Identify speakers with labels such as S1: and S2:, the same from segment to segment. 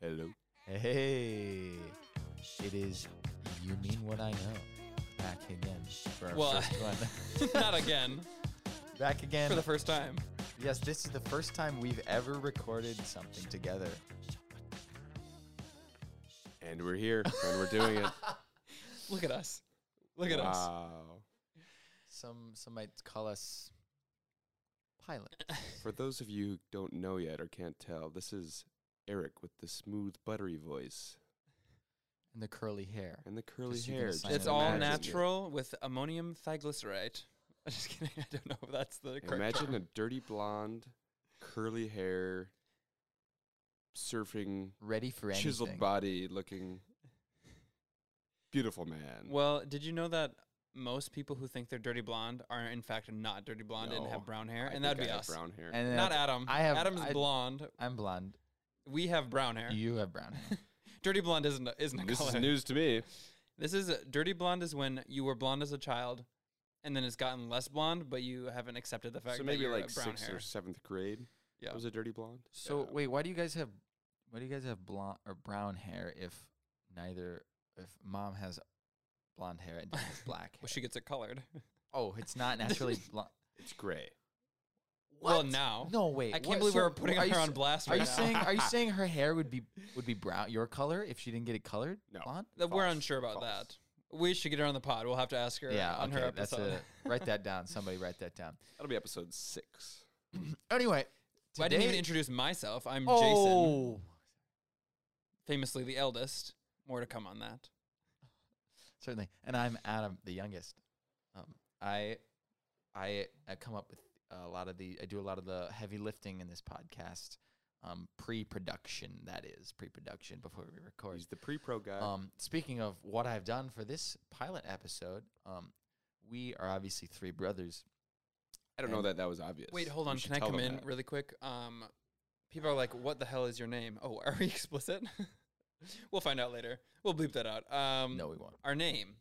S1: Hello.
S2: Hey, it is You Mean What I Know back again for our
S3: Well,
S2: first
S3: Not again
S2: one. back again.
S3: for the first time.
S2: yes, this is the first time we've ever recorded something together.
S1: And we're here and we're doing it.
S3: Look at us. Look at us.
S1: wow.
S2: Some some might call us pilot.
S1: For those of you who don't know yet or can't tell, this is Eric with the smooth, buttery voice
S2: and the curly hair.
S1: and the curly
S2: Just you can
S1: hair.
S2: assign
S3: It's
S2: I
S3: all
S2: imagine it.
S3: natural with ammonium thiglycerate. I'm just kidding. I don't know if that's the correct
S1: Imagine
S3: term.
S1: a dirty blonde, curly hair, surfing,
S2: Ready for anything.
S1: chiseled body looking beautiful man.
S3: Well, did you know that most people who think they're dirty blonde are in fact not dirty blonde and
S1: No,
S3: have brown hair?
S1: I
S3: and that'd
S1: think
S3: be
S1: I have
S3: us.
S1: Brown hair.
S2: And then
S3: Not
S2: that's-
S3: Adam.
S2: I have-
S3: Adam's
S2: I-
S3: blonde.
S2: I'm blonde.
S3: We have brown hair.
S2: You have brown hair.
S3: Dirty blonde isn't a, isn't a
S1: this
S3: color.
S1: is news to me.
S3: This is dirty blonde is when you were blonde as a child, and then it's gotten less blonde, but you haven't accepted the fact
S1: So
S3: that
S1: maybe
S3: you're
S1: like
S3: a brown
S1: sixth
S3: hair.
S1: or seventh grade.
S3: yeah.
S1: Was a dirty blonde.
S2: So
S1: Yeah.
S2: wait, why do you guys have why do you guys have blonde or brown hair if neither if mom has blonde hair and dad has black hair?
S3: Well, she gets it colored.
S2: oh, it's not naturally blonde.
S1: it's gray.
S3: Well, now
S2: No, wait.
S3: I can't
S2: what-
S3: believe
S2: so
S3: we're putting
S2: are
S3: her
S2: you
S3: on
S2: s-
S3: blast.
S2: Are
S3: right
S2: you
S3: now.
S2: saying are you saying her hair would be would be brown your color if she didn't get it colored?
S1: No.
S2: Blonde?
S3: that we're
S1: False.
S3: unsure about
S1: False.
S3: that? We should get her on the pod. We'll have to ask her
S2: Yeah,
S3: on
S2: okay.
S3: her
S2: that's
S3: episode.
S2: a write that down. Somebody write that down.
S1: That'll be episode six.
S2: Anyway,
S3: Well, I didn't even
S2: today-
S3: introduce myself. I'm Jason,
S2: oh,
S3: famously the eldest. More to come on that.
S2: certainly. And I'm Adam, the youngest. Um, I, I, I come up with a lot of the. I do a lot of the heavy lifting in this podcast, um, pre-production. That is pre-production before we record.
S1: He's the pre-pro guy.
S2: Um, speaking of what I've done for this pilot episode, um, we are obviously three brothers.
S1: I don't know that that was obvious.
S3: Wait, hold
S1: We
S3: on.
S1: should
S3: Can I
S1: tell
S3: come
S1: them
S3: in
S1: that.
S3: really quick? Um, people are like, "What the hell is your name?" Oh, are we explicit? we'll find out later. We'll bleep that out. Um,
S2: No, we won't.
S3: our name,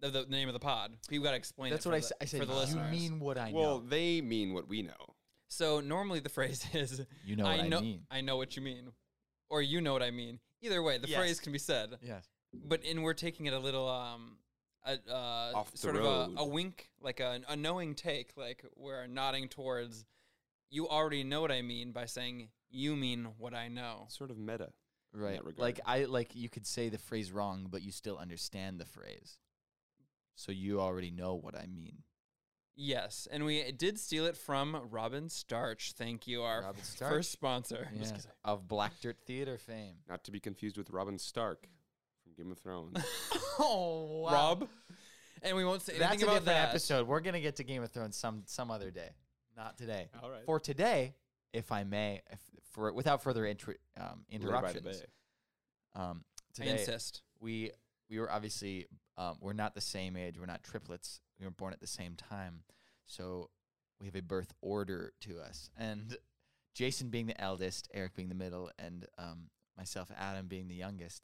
S3: the, the name of the pod. You got to explain.
S2: That's
S3: it
S2: what
S3: for
S2: I,
S3: the-
S2: s- I said.
S3: for the
S2: you
S3: listeners.
S2: mean what I
S1: Well,
S2: know?
S1: they mean what we know.
S3: So normally the phrase is,
S2: You know what I
S3: know,
S2: mean."
S3: I know what you mean," or "You know what I mean." Either way, the
S2: Yes.
S3: phrase can be said.
S2: Yes.
S3: But and we're taking it a little um, a, uh,
S1: Off the
S3: sort
S1: road.
S3: of a, a wink, like a, a knowing take, like we're nodding towards. You already know what I mean by saying "You mean what I know."
S1: Sort of meta.
S2: Right.
S1: that regard.
S2: Like I like you could say the phrase wrong, but you still understand the phrase. So you already know what I mean.
S3: Yes, and we did steal it from Robin Starch. Thank you, our
S2: Robin Starch.
S3: first sponsor. Just
S2: Yeah.
S3: 'cause I-
S2: Of Black Dirt Theater fame.
S1: Not to be confused with Robin Stark from Game of Thrones.
S2: Oh wow.
S3: Rob, and we won't say anything
S2: That's a
S3: about
S2: different
S3: that.
S2: episode. We're gonna get to Game of Thrones some some other day. Not today.
S1: All right.
S2: For today, if I may, if, for without further intro, um,
S1: Laid by the
S2: interruptions,
S1: Bay.
S2: um,
S3: I
S2: today
S3: insist.
S2: we we were obviously um, we're not the same age. We're not triplets. We were born at the same time, so we have a birth order to us. And Jason being the eldest, Eric being the middle, and um, myself, Adam, being the youngest.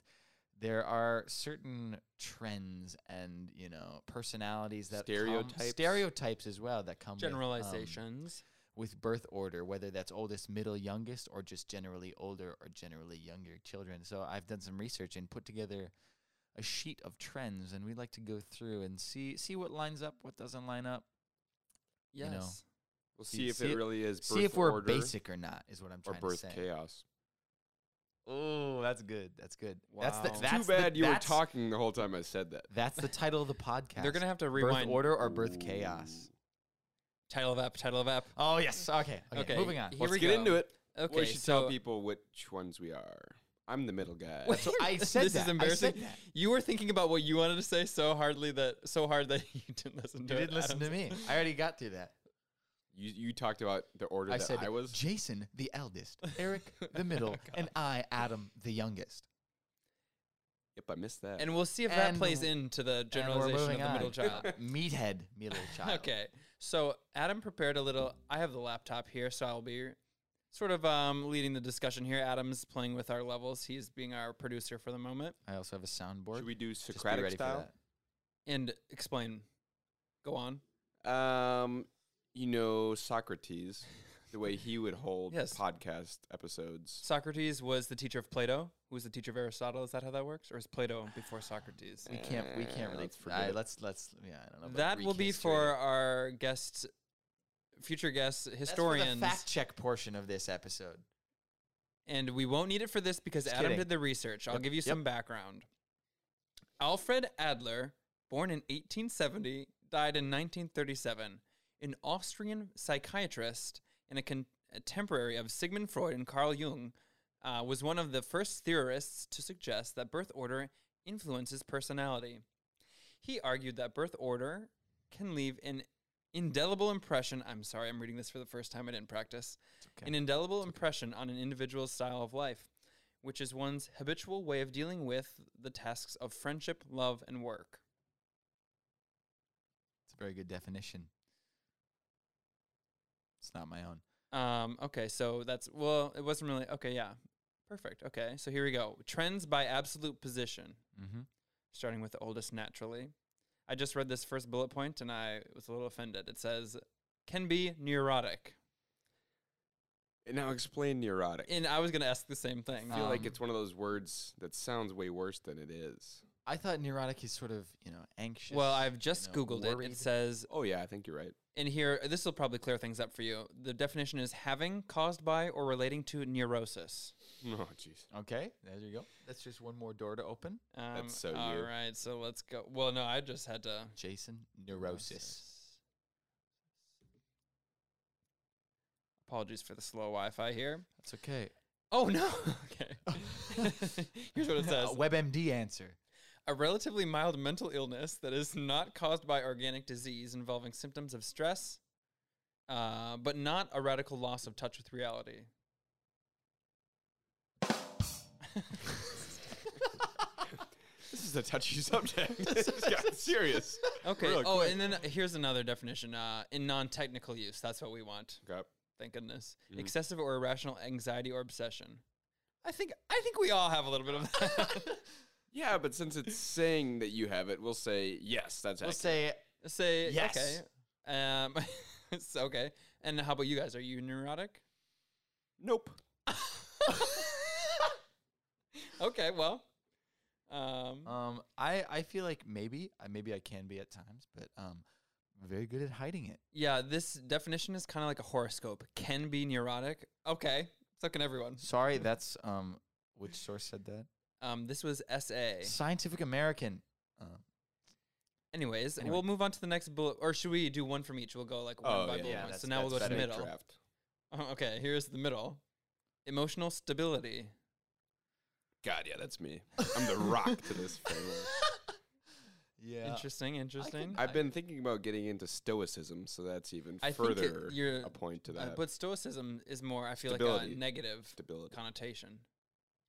S2: There are certain trends and you know personalities that come-
S1: Stereotypes.
S2: stereotypes as well that come with, um,
S3: Generalizations.
S2: with birth order, whether that's oldest, middle, youngest, or just generally older or generally younger children. So I've done some research and put together a sheet of trends, and we like to go through and see see what lines up, what doesn't line up,
S3: yes.
S2: you know,
S1: We'll
S2: See-
S1: see if
S2: see
S1: it
S2: if-
S1: really is birth
S2: see if we're
S1: order
S2: basic or not. Is what I'm
S1: or
S2: trying to
S1: birth
S2: say.
S1: chaos.
S2: Oh, that's good. That's good. That's the,
S3: Wow. Too
S2: that's
S1: Too bad
S2: the,
S1: you were
S2: that's-
S1: talking the whole time I said that.
S2: That's the title of the podcast.
S3: They're gonna have to
S2: birth
S3: rewind.
S2: order or birth chaos.
S3: Title of app. Title of app.
S2: Oh yes. Okay. Okay.
S3: Okay.
S2: Moving on.
S3: Here
S1: Let's
S3: we
S1: get
S3: go.
S1: into it.
S3: Okay,
S1: we should
S3: so-
S1: tell people which ones we are. I'm the middle guy.
S2: So I said that. I
S3: this is
S2: said
S3: embarrassing.
S2: that.
S3: You were thinking about what you wanted to say so hardly that so hard that you didn't listen to
S2: You
S3: it.
S2: didn't listen to
S3: Adam's-
S2: me. I already got through that.
S1: You you talked about the order
S2: I
S1: that
S2: said
S1: I was.
S2: Jason, the eldest, Eric, the middle, and I, Adam, the youngest.
S1: yep, I missed that.
S3: And we'll see if that
S2: And-
S3: plays into the
S2: And we're
S3: generalization of
S2: moving
S3: the middle
S2: on.
S3: child.
S2: Meathead, middle child.
S3: okay. So Adam prepared a little. I have the laptop here, so I'll be sort of um, leading the discussion here. Adam's playing with our levels. He's being our producer for the moment.
S2: I also have a soundboard.
S1: Should we do
S2: Just be
S1: Socratic
S2: ready for
S1: style?
S2: that.
S3: And explain. Go on.
S1: Um, you know Socrates. the way he would hold
S3: Yes.
S1: podcast episodes.
S3: Socrates was the teacher of Plato, who was the teacher of Aristotle. Is that how that works, or is Plato before Socrates?
S2: We can't. We can't
S1: Uh,
S2: really.
S1: let's
S2: Let's.
S1: forget it.
S2: let's, let's. Yeah, I don't know. about
S3: That
S2: Greek
S3: will be
S2: history.
S3: for our guests, future guests,
S2: That's for the
S3: historians,
S2: fact check portion of this episode.
S3: and we won't need it for this because
S2: Just
S3: Adam
S2: kidding.
S3: did the research. I'll
S2: Yep,
S3: give you some background. Alfred Adler, born in 1870, died in 1937, an Austrian psychiatrist and a contemporary of Sigmund Freud and Carl Jung, uh, was one of the first theorists to suggest that birth order influences personality. He argued that birth order can leave an indelible impression. I'm sorry, I'm reading this for the first time. I didn't practice.
S2: okay.
S3: An indelible impression on an individual's style of life, which is one's habitual way of dealing with the tasks of friendship, love, and work.
S2: It's a very good definition. It's not my own.
S3: Um, okay, so that's well, it wasn't really okay, yeah. Perfect. Okay, so here we go. Trends by absolute position,
S2: Mm-hmm.
S3: starting with the oldest naturally. I just read this first bullet point and I was a little offended. It says can be neurotic.
S1: And now explain neurotic.
S3: And I was gonna ask the same thing.
S1: I feel like
S2: Um,
S1: it's one of those words that sounds way worse than it is.
S2: I thought neurotic is sort of you know anxious.
S3: well, I've just
S2: you know,
S3: Googled it.
S2: worried.
S3: It says
S1: Oh yeah, I think you're right.
S3: and here this will probably clear things up for you. The definition is having, caused by, or relating to neurosis.
S1: Oh jeez.
S2: Okay, there you go. That's just one more door to open.
S3: Um,
S1: That's so
S3: All
S1: you.
S3: right, so let's go. Well, no, I just had to.
S2: Jason, neurosis.
S3: Apologies for the slow Wi-Fi here.
S2: That's okay.
S3: Oh no. okay. Here's what it says:
S2: A WebMD answer.
S3: a relatively mild mental illness that is not caused by organic disease, involving symptoms of stress, uh, but not a radical loss of touch with reality.
S1: This is a touchy subject. this has gotten serious.
S3: Okay.
S1: Real
S3: oh,
S1: quick.
S3: and then uh, here's another definition: uh, in non-technical use. That's what we want.
S1: Okay.
S3: Thank goodness.
S1: Mhm.
S3: Excessive or irrational anxiety or obsession. I think I think we all have a little bit of that.
S1: Yeah, but since it's saying that you have it, we'll say yes. That's
S2: We'll
S1: accurate.
S2: say
S3: Say
S2: Yes.
S3: okay. Um, it's okay. And how about you guys? Are you neurotic?
S1: nope.
S3: Okay. Well. Um.
S2: Um, I I feel like maybe I maybe I can be at times, but um, I'm very good at hiding it.
S3: yeah. This definition is kind of like a horoscope. Can be neurotic. Okay. So can everyone.
S2: Sorry, that's um, which source said that?
S3: Um. This was S.A.
S2: Scientific American. Uh,
S3: Anyways,
S2: Anyway.
S3: we'll move on to the next bullet, or should we do one from each? We'll go like one
S1: Oh,
S3: by
S1: yeah,
S3: bullet
S1: yeah,
S3: point.
S2: that's-
S3: So now we'll go
S2: that's
S3: to the
S1: Better
S3: middle.
S1: draft.
S3: Oh, okay, here's the middle. Emotional stability.
S1: God, yeah, that's me. I'm the rock to this framework.
S2: yeah.
S3: Interesting, interesting.
S1: I've been thinking about getting into stoicism, so that's even
S3: I think it-
S1: further
S3: you're-
S1: a point to
S3: Uh,
S1: that.
S3: but stoicism is more. I feel like
S1: Stability.
S3: a negative
S1: stability.
S3: connotation.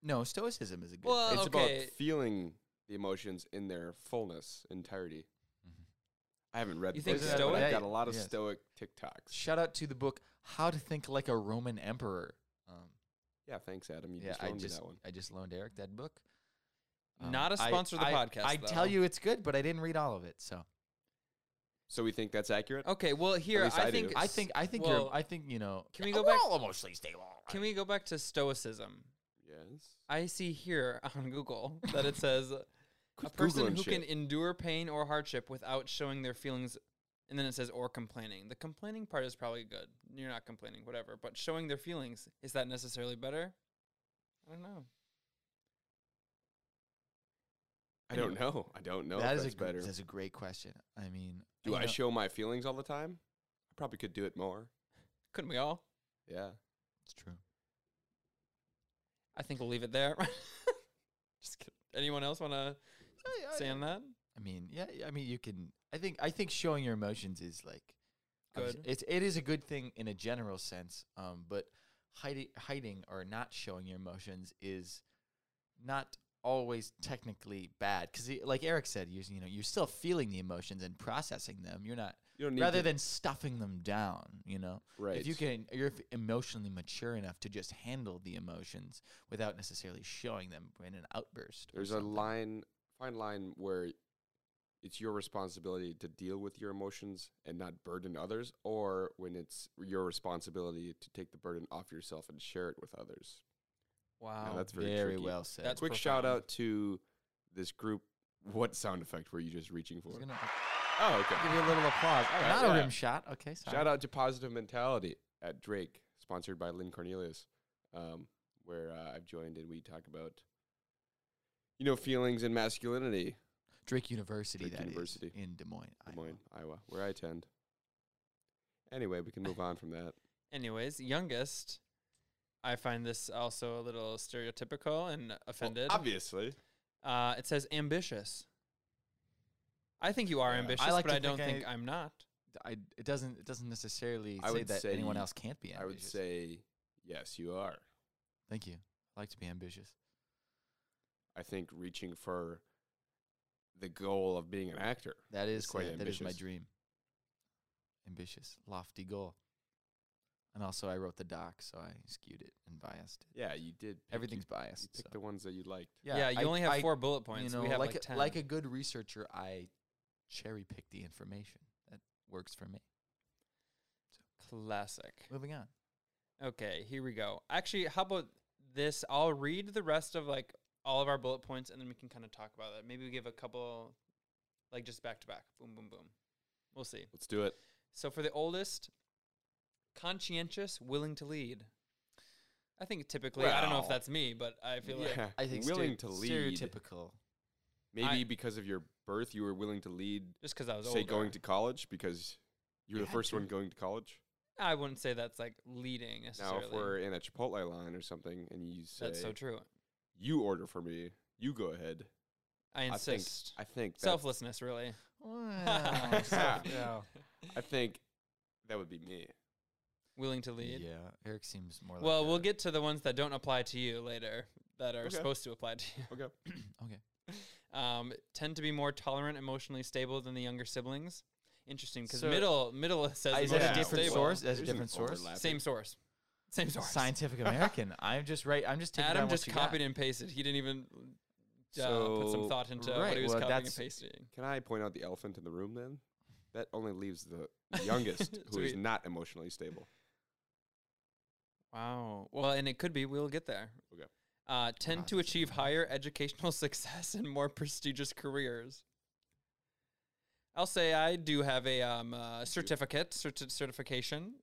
S2: No, Stoicism is a good.
S3: Well,
S1: It's
S3: Oh, okay.
S1: about feeling the emotions in their fullness, entirety.
S2: Mhm.
S1: I haven't read
S3: You
S1: the
S3: think
S1: book yet, but
S3: Stoic?
S1: I've got a lot of
S2: Yes.
S1: stoic TikToks.
S2: Shout out to the book How to Think Like a Roman Emperor. Um,
S1: Yeah, thanks, Adam. You
S2: yeah,
S1: just
S2: I
S1: loaned me
S2: just
S1: that one.
S2: I just loaned Eric that book. Um,
S3: Not a
S2: I-
S3: sponsor of the
S2: I-
S3: podcast,
S2: I tell
S3: though.
S2: you, it's good, but I didn't read all of it. So
S1: So we think that's accurate.
S3: okay, well here
S1: least
S3: I,
S1: I do.
S3: think
S2: I think I think
S3: well,
S2: you're I think you know.
S3: can
S1: Oh,
S3: we go
S2: we're
S3: back-
S2: all emotionally stable.
S3: Can we go back to stoicism?
S1: Yes.
S3: I see here on Google that it says a
S1: Quit
S3: person
S1: Googling
S3: who can
S1: shit.
S3: endure pain or hardship without showing their feelings and then it says or complaining. The complaining part is probably good. You're not complaining, whatever. But showing their feelings, is that necessarily better? I don't know.
S1: I don't know. I don't know. if
S2: that is a
S1: that's
S2: gr-
S1: better.
S2: that's a great question. I mean,
S1: Do
S2: you
S1: I
S2: know,
S1: show my feelings all the time? I probably could do it more.
S3: Couldn't we all?
S1: Yeah.
S2: It's true.
S3: I think we'll leave it there. Just kidding. Anyone else want to
S2: Oh,
S3: say on that?
S2: I mean, yeah, yeah, I mean, you can. I think I think showing your emotions is like obvious-
S3: Good.
S2: It's it is a good thing in a general sense, um, but hiding hiding or not showing your emotions is not always technically bad because, like Eric said, you you know you're still feeling the emotions and processing them. You're not
S1: You don't need
S2: rather
S1: to,
S2: than stuffing them down. You know,
S1: right.
S2: if you can, you're f- emotionally mature enough to just handle the emotions without necessarily showing them in an outburst. or
S1: There's a
S2: something.
S1: line, fine line where it's your responsibility to deal with your emotions and not burden others, or when it's your responsibility to take the burden off yourself and share it with others.
S3: Wow.
S1: that's very tricky.
S2: well said.
S3: That's
S1: Quick
S3: profound.
S1: shout out to this group. What sound effect were you just reaching
S2: I
S1: for?
S2: was gonna
S1: Oh, okay.
S2: give you a little applause. Oh,
S1: Right,
S2: not a
S1: yeah.
S2: rim shot. Okay, sorry.
S1: Shout out to Positive Mentality at Drake, sponsored by Lynn Cornelius, um, where uh, I've joined and we talk about, you know, feelings and masculinity.
S2: Drake University.
S1: Drake
S2: that is,
S1: University.
S2: in Des Moines.
S1: Des
S2: Iowa.
S1: Moines, Iowa, where I attend. Anyway, we can move on from that.
S3: Anyways, youngest. I find this also a little stereotypical and offended.
S1: obviously.
S3: uh, it says ambitious. I think you are
S1: Yeah. I
S3: ambitious,
S2: like
S3: but
S2: to
S3: I don't
S2: think
S3: think
S2: I-
S3: I, am not.
S2: I, it doesn't. It doesn't necessarily
S1: I
S2: say
S1: would
S2: that
S1: say
S2: anyone else can't be.
S1: I would
S2: ambitious.
S1: say, yes, you are.
S2: Thank you. I like to be ambitious.
S1: I think reaching for the goal of being an actor.
S2: That is
S1: quite
S2: that- that is my
S1: ambitious.
S2: dream. Ambitious, lofty goal. And also, I wrote the doc, so I skewed it and biased it.
S1: Yeah, you did. pick-
S2: Everything's
S1: You, you
S2: biased.
S1: picked
S2: so.
S1: the ones that you liked.
S3: Yeah, you
S2: I-
S3: only have
S2: I-
S3: four bullet points.
S2: You know,
S3: we have
S2: like
S3: like,
S2: a,
S3: ten.
S2: like a good researcher, I cherry pick the information that works for me.
S3: classic.
S2: Moving on.
S3: Okay, here we go. Actually, how about this? I'll read the rest of like all of our bullet points, and then we can kind of talk about that. Maybe we give a couple, like just back to back. Boom, boom, boom. We'll see.
S1: Let's do it.
S3: So for the oldest, conscientious, willing to lead. I think typically, I don't know if
S1: Well,
S3: that's me, but I feel like
S1: Yeah,
S2: I think
S1: willing
S2: stere-
S1: to lead.
S2: Stereotypical.
S1: Maybe
S3: I-
S1: because of your birth, you were willing to lead.
S3: just because I was
S1: Say
S3: older,
S1: going to college because you were
S2: You
S1: the
S2: had
S1: first
S2: to.
S1: one going to college.
S3: I wouldn't say that's like leading
S1: Now,
S3: necessarily.
S1: if we're in a Chipotle line or something, and you say,
S3: that's so true.
S1: "You order for me," you go ahead.
S3: I
S1: I think.
S3: insist.
S1: I think. That's,
S3: Selflessness, really.
S2: Wow, so-
S1: Yeah. I think that would be me.
S3: willing to lead.
S2: Yeah, Eric seems more.
S3: Well,
S2: like
S3: we'll
S2: a-
S3: get to the ones that don't apply to you later that are
S1: Okay.
S3: supposed to apply to you.
S1: Okay.
S2: okay.
S3: Um, tend to be more tolerant, emotionally stable than the younger siblings. Interesting, because
S2: So-
S3: middle middle says
S2: Is that a
S3: emotionally
S2: different
S3: stable.
S2: source? That's a
S1: There's an
S2: different source?
S1: overlap.
S3: Same source. Same source.
S2: Scientific American. I'm just right. I'm just taking. down
S3: Adam
S2: what
S3: just
S2: you
S3: copied
S2: got.
S3: and pasted. He didn't even uh, put some
S1: So-
S3: thought into what
S2: right,
S3: he was
S2: well,
S3: copying and
S2: that's-
S3: pasting.
S1: Can I point out the elephant in the room then? That only leaves the youngest, who is
S3: Sweet.
S1: not emotionally stable.
S3: Wow. Well, and it could be. We'll get there.
S1: Okay.
S3: Uh, tend
S2: God,
S3: to
S2: that's a
S3: achieve
S2: lot.
S3: higher educational success and more prestigious careers. I'll say I do have a um, uh, certificate, certi- certification.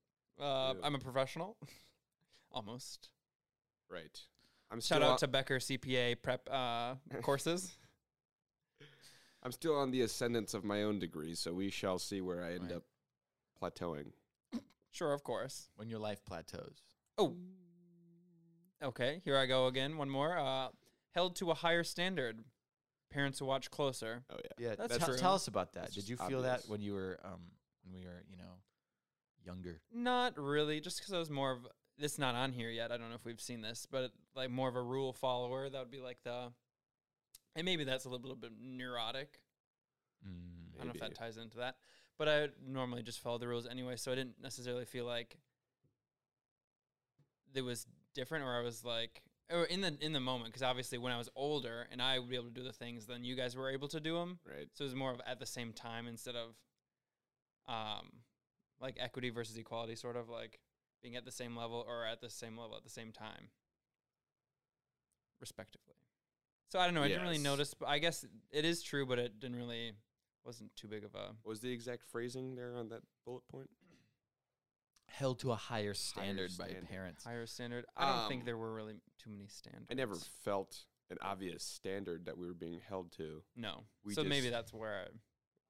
S3: Uh,
S1: Ew.
S3: I'm a professional, almost.
S1: Right. I'm
S3: Shout
S1: still
S3: out
S1: on,
S3: to Becker CPA prep uh, courses.
S1: I'm still on the ascendance of my own degree, so we shall see where I end
S2: Right.
S1: up plateauing.
S3: Sure, of course.
S2: When your life plateaus.
S3: Oh, okay. Here I go again. One more. Uh, held to a higher standard. Parents who watch closer.
S1: Oh yeah.
S2: Yeah,
S3: That's
S2: tell,
S3: true.
S2: tell us about that.
S1: It's
S2: Did
S1: just
S2: you feel that
S1: obvious.
S2: when you were um when we were you know younger?
S3: Not really, just because I was more of this. is Not on here yet. I don't know if we've seen this, but like more of a rule follower. That would be like the, and maybe that's a little, bit neurotic.
S2: Mm.
S3: I don't know if
S1: Maybe.
S3: that ties into that, but I would normally just follow the rules anyway, so I didn't necessarily feel like it was different, or I was like, or in the in the moment, because obviously when I was older and I would be able to do the things, then you guys were able to do them.
S1: Right.
S3: So it was more of at the same time instead of um like equity versus equality sort of like being at the same level or at the same level at the same time respectively. So I don't know, I didn't really
S1: Yes.
S3: notice but I guess it is true but it didn't really wasn't too big of a
S1: What was the exact phrasing there on that bullet point?
S2: Held to a higher standard,
S1: standard.
S2: by parents.
S3: higher standard. I don't think
S1: Um,
S3: there were really too many standards.
S1: I never felt an obvious standard that we were being held to.
S3: No.
S1: we
S3: so maybe
S1: just-
S3: that's where I,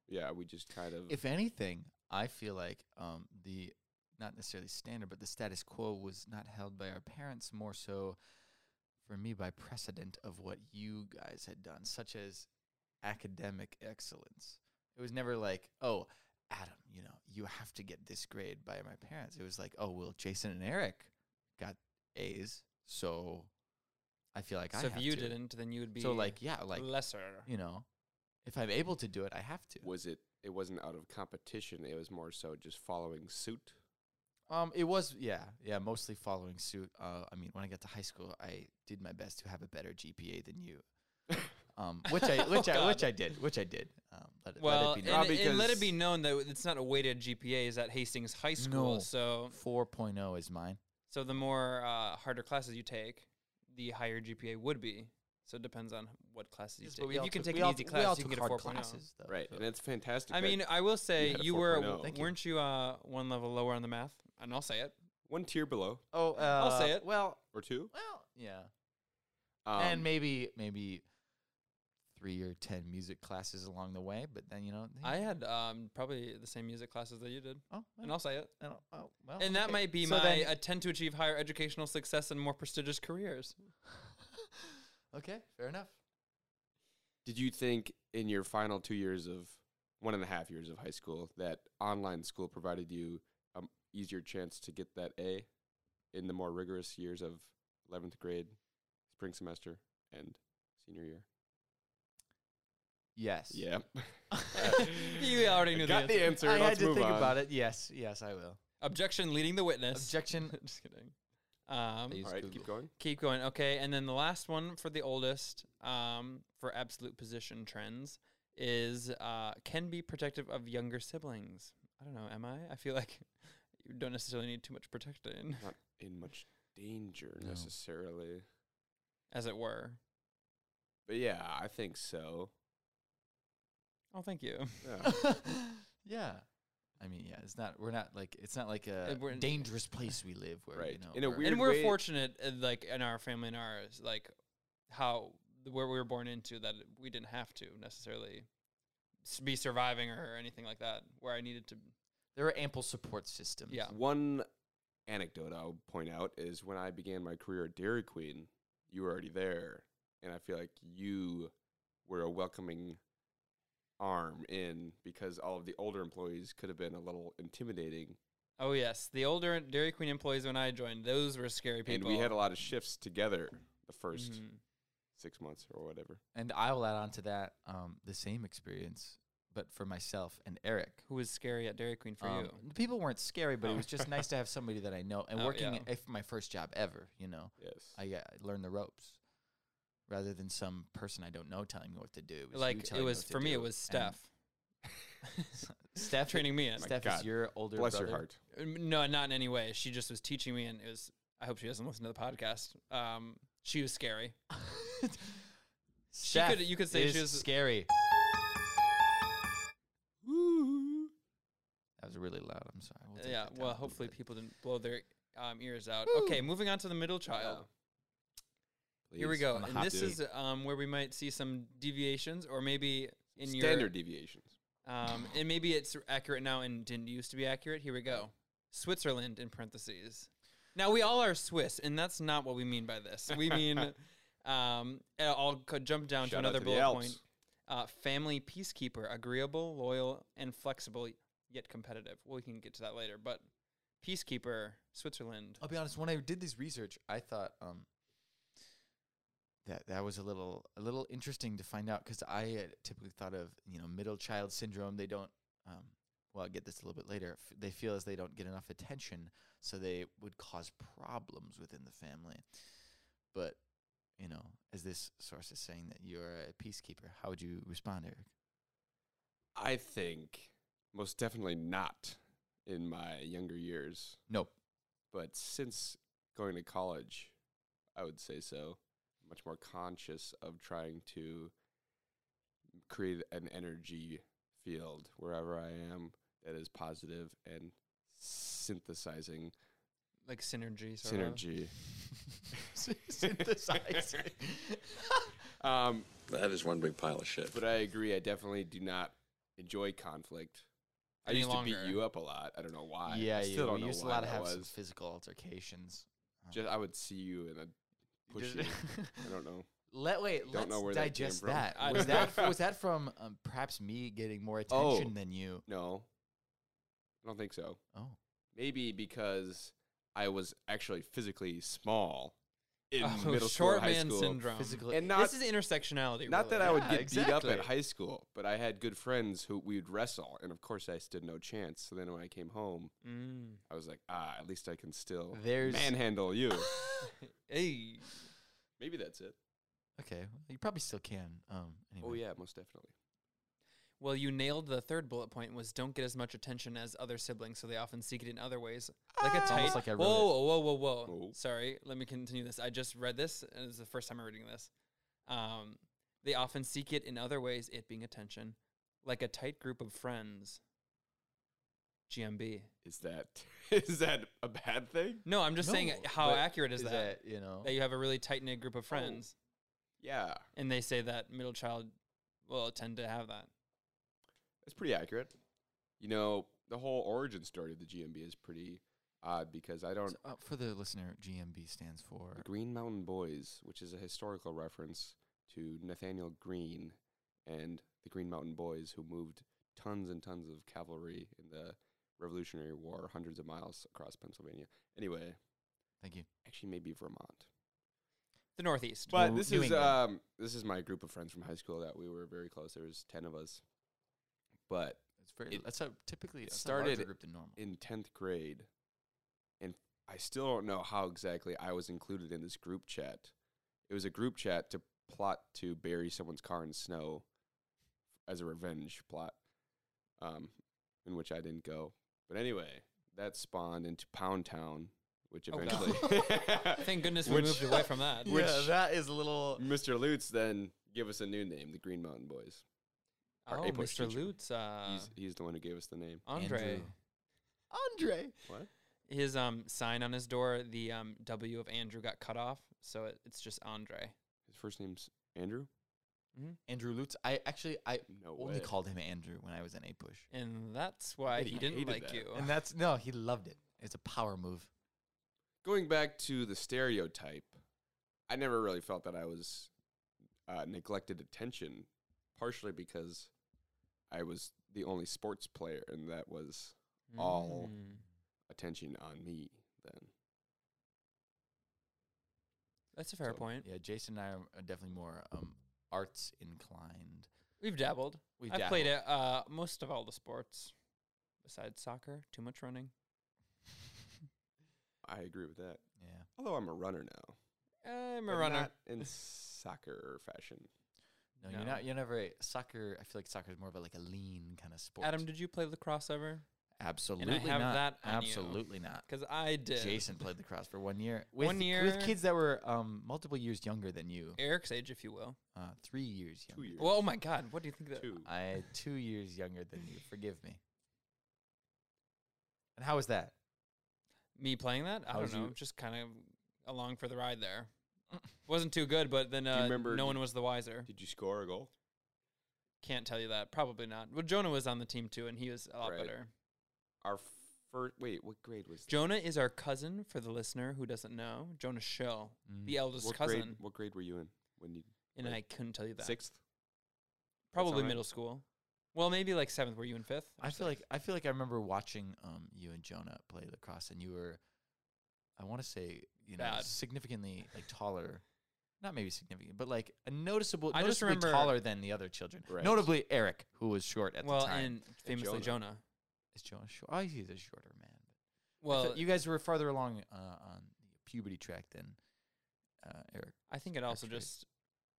S1: Yeah, we just kind of
S2: If anything, I feel like um the not necessarily standard, but the status quo was not held by our parents more so for me by precedent of what you guys had done, such as academic excellence. It was never like, oh, Adam, you know, you have to get this grade by my parents. It was like, oh, well, Jason and Eric got A's, so I feel like I
S3: so if
S2: have
S3: you
S2: to.
S3: didn't then you would be
S2: so like, yeah, like
S3: lesser.
S2: you know, if I'm able to do it, I have to.
S1: was it it wasn't out of competition, it was more so just following suit.
S2: Um, it was yeah, yeah, mostly following suit. Uh, I mean, when I got to high school, I did my best to have a better GPA than you. um, which I which I
S3: God.
S2: which I did, which I did. Um, let it, let
S3: Well,
S2: it
S3: and,
S2: be known.
S1: Ah,
S3: and let
S1: because-
S3: it be known that it's not a weighted GPA is at Hastings High School.
S2: No.
S3: So,
S2: 4.0 is mine.
S3: so the more uh, harder classes you take, the higher GPA would be. So it depends on what classes you
S2: Yes, but
S3: take.
S2: we
S3: If
S2: all
S3: you can
S2: took-
S3: take
S2: we
S3: an
S2: all-
S3: easy
S2: we all
S3: class, you
S2: took
S3: can get a
S2: hard
S3: 4.0.
S2: classes, though,
S1: Right,
S2: so-
S1: and it's fantastic.
S3: I
S1: that
S3: mean, I will say
S1: had a oh.
S3: you, were a
S1: 4.0.
S3: w-
S2: Thank you.
S3: weren't you uh, one level lower on the math? And I'll say it.
S1: one tier below
S2: oh, uh,
S3: I'll say it.
S2: Well,
S1: or two,
S2: well, yeah,
S1: um,
S2: and maybe maybe three or ten music classes along the way, but then you know,
S3: I had um, probably the same music classes that you did,
S2: oh,
S3: and I'll say it.
S2: I don't- oh, well,
S3: And that
S2: okay.
S3: might be
S2: So
S3: my
S2: then-
S3: attempt to achieve higher educational success and more prestigious careers.
S2: okay, fair enough.
S1: did you think in your final two years of one and a half years of high school that online school provided you an easier chance to get that A in the more rigorous years of 11th grade, spring semester, and senior year?
S2: Yes.
S1: Yeah.
S3: you already knew
S1: Got
S3: the
S1: the
S3: answer.
S1: answer.
S2: I
S1: Let's
S2: had to
S1: move
S2: think
S1: on.
S2: about it. Yes, yes, I will.
S3: Objection leading the witness.
S2: Objection.
S3: Just kidding. Um,
S2: Please.
S1: All right, keep going.
S3: keep going. Okay, and then the last one for the oldest, um, for absolute position trends, is uh, can be protective of younger siblings. I don't know. Am I? I feel like you don't necessarily need too much protecting,
S1: Not in much danger
S2: No.
S1: necessarily.
S3: as it were.
S1: But yeah, I think so.
S3: Oh, thank you.
S1: Yeah.
S2: yeah. I mean, yeah, it's not. We're not like. It's not like a
S3: we're in-
S2: dangerous place we live. Where you
S1: Right.
S2: know,
S1: In a
S2: we're-
S1: weird
S3: and we're
S1: way-
S3: fortunate, uh, like in our family and ours, like how where we were born into that we didn't have to necessarily s- be surviving or anything like that. Where I needed to,
S2: there are ample support systems.
S3: Yeah.
S1: One anecdote I'll point out is when I began my career at Dairy Queen, you were already there. And I feel like you were a welcoming arm in because all of the older employees could have been a little intimidating.
S3: oh yes, the older Dairy Queen employees when I joined, those were scary people.
S1: And we had a lot of shifts together the 1st
S3: Mhm.
S1: six months or whatever.
S2: And I will add on to that um, the same experience, but for myself and Eric.
S3: who was scary at Dairy Queen for
S2: Um,
S3: you.
S2: the people weren't scary, but
S1: Oh.
S2: it was just nice to have somebody that I know. And
S3: Oh,
S2: working
S3: yeah.
S2: if my first job ever, you know,
S1: Yes.
S2: I, uh, learned the ropes rather than some person I don't know telling me what to do. It was you
S3: like
S2: telling
S3: it
S2: me
S3: was
S2: what to
S3: for me, it
S2: do. And
S3: was Steph.
S2: Steph
S3: training Oh me in.
S1: My
S2: Steph
S1: God.
S2: is your older
S1: Bless
S2: brother.
S1: your heart.
S3: Um, No, not in any way. She just was teaching me, and it was. I hope she doesn't listen to the podcast. Um, she was scary.
S2: Steph
S3: could- you could say
S2: is
S3: she was-
S2: scary. That was really loud. I'm sorry. We'll take
S3: yeah.
S2: that down a
S3: Well,
S2: little
S3: hopefully
S2: bit.
S3: people didn't blow their um, ears out.
S2: Woo.
S3: Okay, moving on to the middle child. Here we
S1: Please.
S3: go.
S2: I'm a
S3: And
S2: hot
S3: this
S2: dude.
S3: is um, where we might see some deviations, or maybe in
S1: Standard deviations.
S3: your um, and maybe it's accurate now and didn't used to be accurate. Here we go. Switzerland in parentheses. Now we all are Swiss, and that's not what we mean by this. We mean um, uh, I'll co- jump down to
S1: Shout out
S3: another
S1: to the
S3: bullet
S1: Alps.
S3: point. Uh, family peacekeeper, agreeable, loyal, and flexible, yet competitive. Well, we can get to that later, but peacekeeper, Switzerland.
S2: I'll be honest. When I did this research, I thought um, that that was a little a little interesting to find out because I had typically thought of you know middle child syndrome. They don't. Um, well, I'll get this a little bit later. F- they feel as they don't get enough attention, so they would cause problems within the family. But you know, as this source is saying, that you're a peacekeeper. How would you respond, Eric?
S1: I think most definitely not in my younger years.
S2: Nope.
S1: but since going to college, I would say so. Much more conscious of trying to create an energy field wherever I am that is positive and synthesizing
S3: like uh, synergy. Sort of.
S1: synergy.
S2: Synthesizing.
S1: Um,
S4: That is one big pile of shit.
S1: but I agree. I definitely do not enjoy conflict. I
S3: Any
S1: used to
S3: longer.
S1: beat you up a lot. I don't know why.
S2: yeah,
S1: I
S2: you,
S1: still don't
S2: we
S1: know
S2: used a
S1: why
S2: lot to
S1: that
S2: have some
S1: was.
S2: physical altercations. Um,
S1: Just, I would see you and I'd push you. I don't know.
S2: Let wait.
S1: Don't
S2: let's
S1: know where that came
S2: digest
S1: from.
S2: that.
S3: I
S2: Was
S1: don't know.
S2: that was that from um, perhaps me getting more
S1: Oh.
S2: attention than you?
S1: No, I don't think so.
S2: Oh,
S1: maybe because I was actually physically small in
S3: Oh,
S1: middle school,
S3: short
S1: or high
S3: man
S1: school.
S3: syndrome.
S2: physical.
S1: And not,
S3: this is intersectionality.
S1: not
S3: really.
S1: that I would
S2: Yeah,
S1: get beat up at
S2: exactly.
S1: high school, but I had good friends who we'd wrestle, and of course I stood no chance. So then when I came home,
S3: Mm.
S1: I was like, ah, at least I can still
S2: There's-
S1: manhandle you.
S3: Hey,
S1: maybe that's it.
S2: Okay, well, you probably still can. Um, anyway.
S1: Oh yeah, most definitely.
S3: Well, you nailed the third bullet point was don't get as much attention as other siblings, so they often seek it in other ways, like a
S1: Ah.
S2: It's
S3: tight.
S2: almost like I wrote
S3: whoa,
S2: it.
S3: whoa, whoa, whoa, whoa!
S1: Oh.
S3: Sorry, let me continue this. I just read this, and it's the first time I'm reading this. Um, they often seek it in other ways, it being attention, like a tight group of friends. GMB.
S1: Is that is that a bad thing?
S3: No, I'm just saying
S2: No,
S3: how
S2: but Oh.
S3: accurate is, that?
S2: you know?
S3: That you have a really tight knit group of friends,
S1: Yeah,
S3: and they say that middle child will tend to have that.
S1: it's pretty accurate. You know, the whole origin story of the GMB is pretty odd because I don't
S2: So, uh, for the listener, GMB stands for
S1: The Green Mountain Boys, which is a historical reference to Nathaniel Greene and the Green Mountain Boys, who moved tons and tons of cavalry in the Revolutionary War, hundreds of miles across Pennsylvania. Anyway,
S2: thank you.
S1: actually, maybe Vermont.
S3: The Northeast.
S1: But
S2: New-
S1: this
S2: New
S1: is
S2: England.
S1: um, this is my group of friends from high school that we were very close. There was ten of us, but
S2: It's very.
S1: It-
S2: that's a typically
S1: it
S2: that's a larger
S1: started
S2: group than normal.
S1: in 10th grade and i still don't know how exactly i was included in this group chat it was a group chat to plot to bury someone's car in snow as a revenge plot um, in which i didn't go but anyway that spawned into pound town which
S3: Oh, God.
S1: eventually
S3: Thank goodness we
S1: Which-
S3: moved away from that.
S1: Which-
S2: that is a little.
S1: mr lutz then give us a new name the green mountain boys our
S3: Oh,
S1: A push
S3: Mr.
S1: teacher.
S3: Lutz, uh,
S1: he's, he's the one who gave us the name
S3: Andre.
S2: Andrew. Andre.
S1: what
S3: His um sign on his door, the um W of Andrew got cut off, so it, it's just Andre.
S1: his first name's andrew
S2: Andrew Lutz. I actually I
S1: no
S2: only
S1: way
S2: called him Andrew when I was in A push,
S3: And that's why
S1: bet
S3: he
S1: he
S3: didn't
S1: hated
S3: like
S1: that.
S3: you.
S2: and that's no, he loved it. It's a power move.
S1: going back to the stereotype, I never really felt that I was uh, neglected attention, partially because I was the only sports player, and that was all-
S3: Mm.
S1: attention on me then.
S3: That's a fair
S1: So,
S3: point.
S2: Yeah, Jason and I are definitely more um, arts inclined.
S3: We've dabbled.
S2: We've
S3: I've played it, uh, most of all the sports besides soccer. Too much running.
S1: I agree with that.
S2: Yeah.
S1: Although I'm a runner now.
S3: I'm
S1: but
S3: a runner.
S1: Not in soccer fashion.
S2: No, you're
S3: No.
S2: not. You're never a soccer. I feel like soccer is more of a, like a lean kind of sport.
S3: Adam, did you play lacrosse ever?
S2: absolutely
S3: have
S2: not.
S3: that on you.
S2: absolutely not.
S3: Because I did.
S2: Jason played lacrosse for one year. With,
S3: One
S2: with
S3: year.
S2: kids that were um, multiple years younger than you,
S3: Eric's age, if you will.
S2: uh, three years
S1: Two
S2: younger.
S1: years.
S3: Well, oh my God, what do you think that?
S1: Two.
S2: I two years younger than you. Forgive me. And how was that?
S3: me playing that.
S2: How
S3: I don't
S2: was
S3: know,
S2: you-
S3: just kind of along for the ride there. Wasn't too good, but then uh,
S1: remember-
S3: no
S1: d-
S3: one was the wiser.
S1: Did you score a goal?
S3: Can't tell you that. Probably not. Well, Jonah was on the team too, and he was a lot
S1: Right.
S3: better.
S1: Our first. Wait, what grade was that?
S3: Jonah is our cousin for the listener who doesn't know. Jonah Shell,
S2: Mm.
S3: the eldest
S1: what
S3: cousin,
S1: Grade, what grade were you in when you
S3: and I
S1: right.
S3: couldn't tell you that.
S1: sixth?
S3: Probably
S1: alright.
S3: middle school. Well, maybe like seventh. Were you in fifth?
S2: I feel like I feel like I remember watching um, you and Jonah play lacrosse, and you were, I want to say, you know,
S3: Bad.
S2: significantly like taller, not maybe significant, but like a noticeable,
S3: I just
S2: noticeably
S3: remember-
S2: taller than the other children.
S1: Right.
S2: Notably Eric, who was short at
S3: well,
S2: the time.
S3: and famously
S1: Jonah.
S3: Jonah.
S2: is Jonah short? Oh, he's a shorter man. I
S3: Well,
S2: thought you guys were farther along uh, on the puberty track than uh, Eric.
S3: I think it also
S2: actually-
S3: just.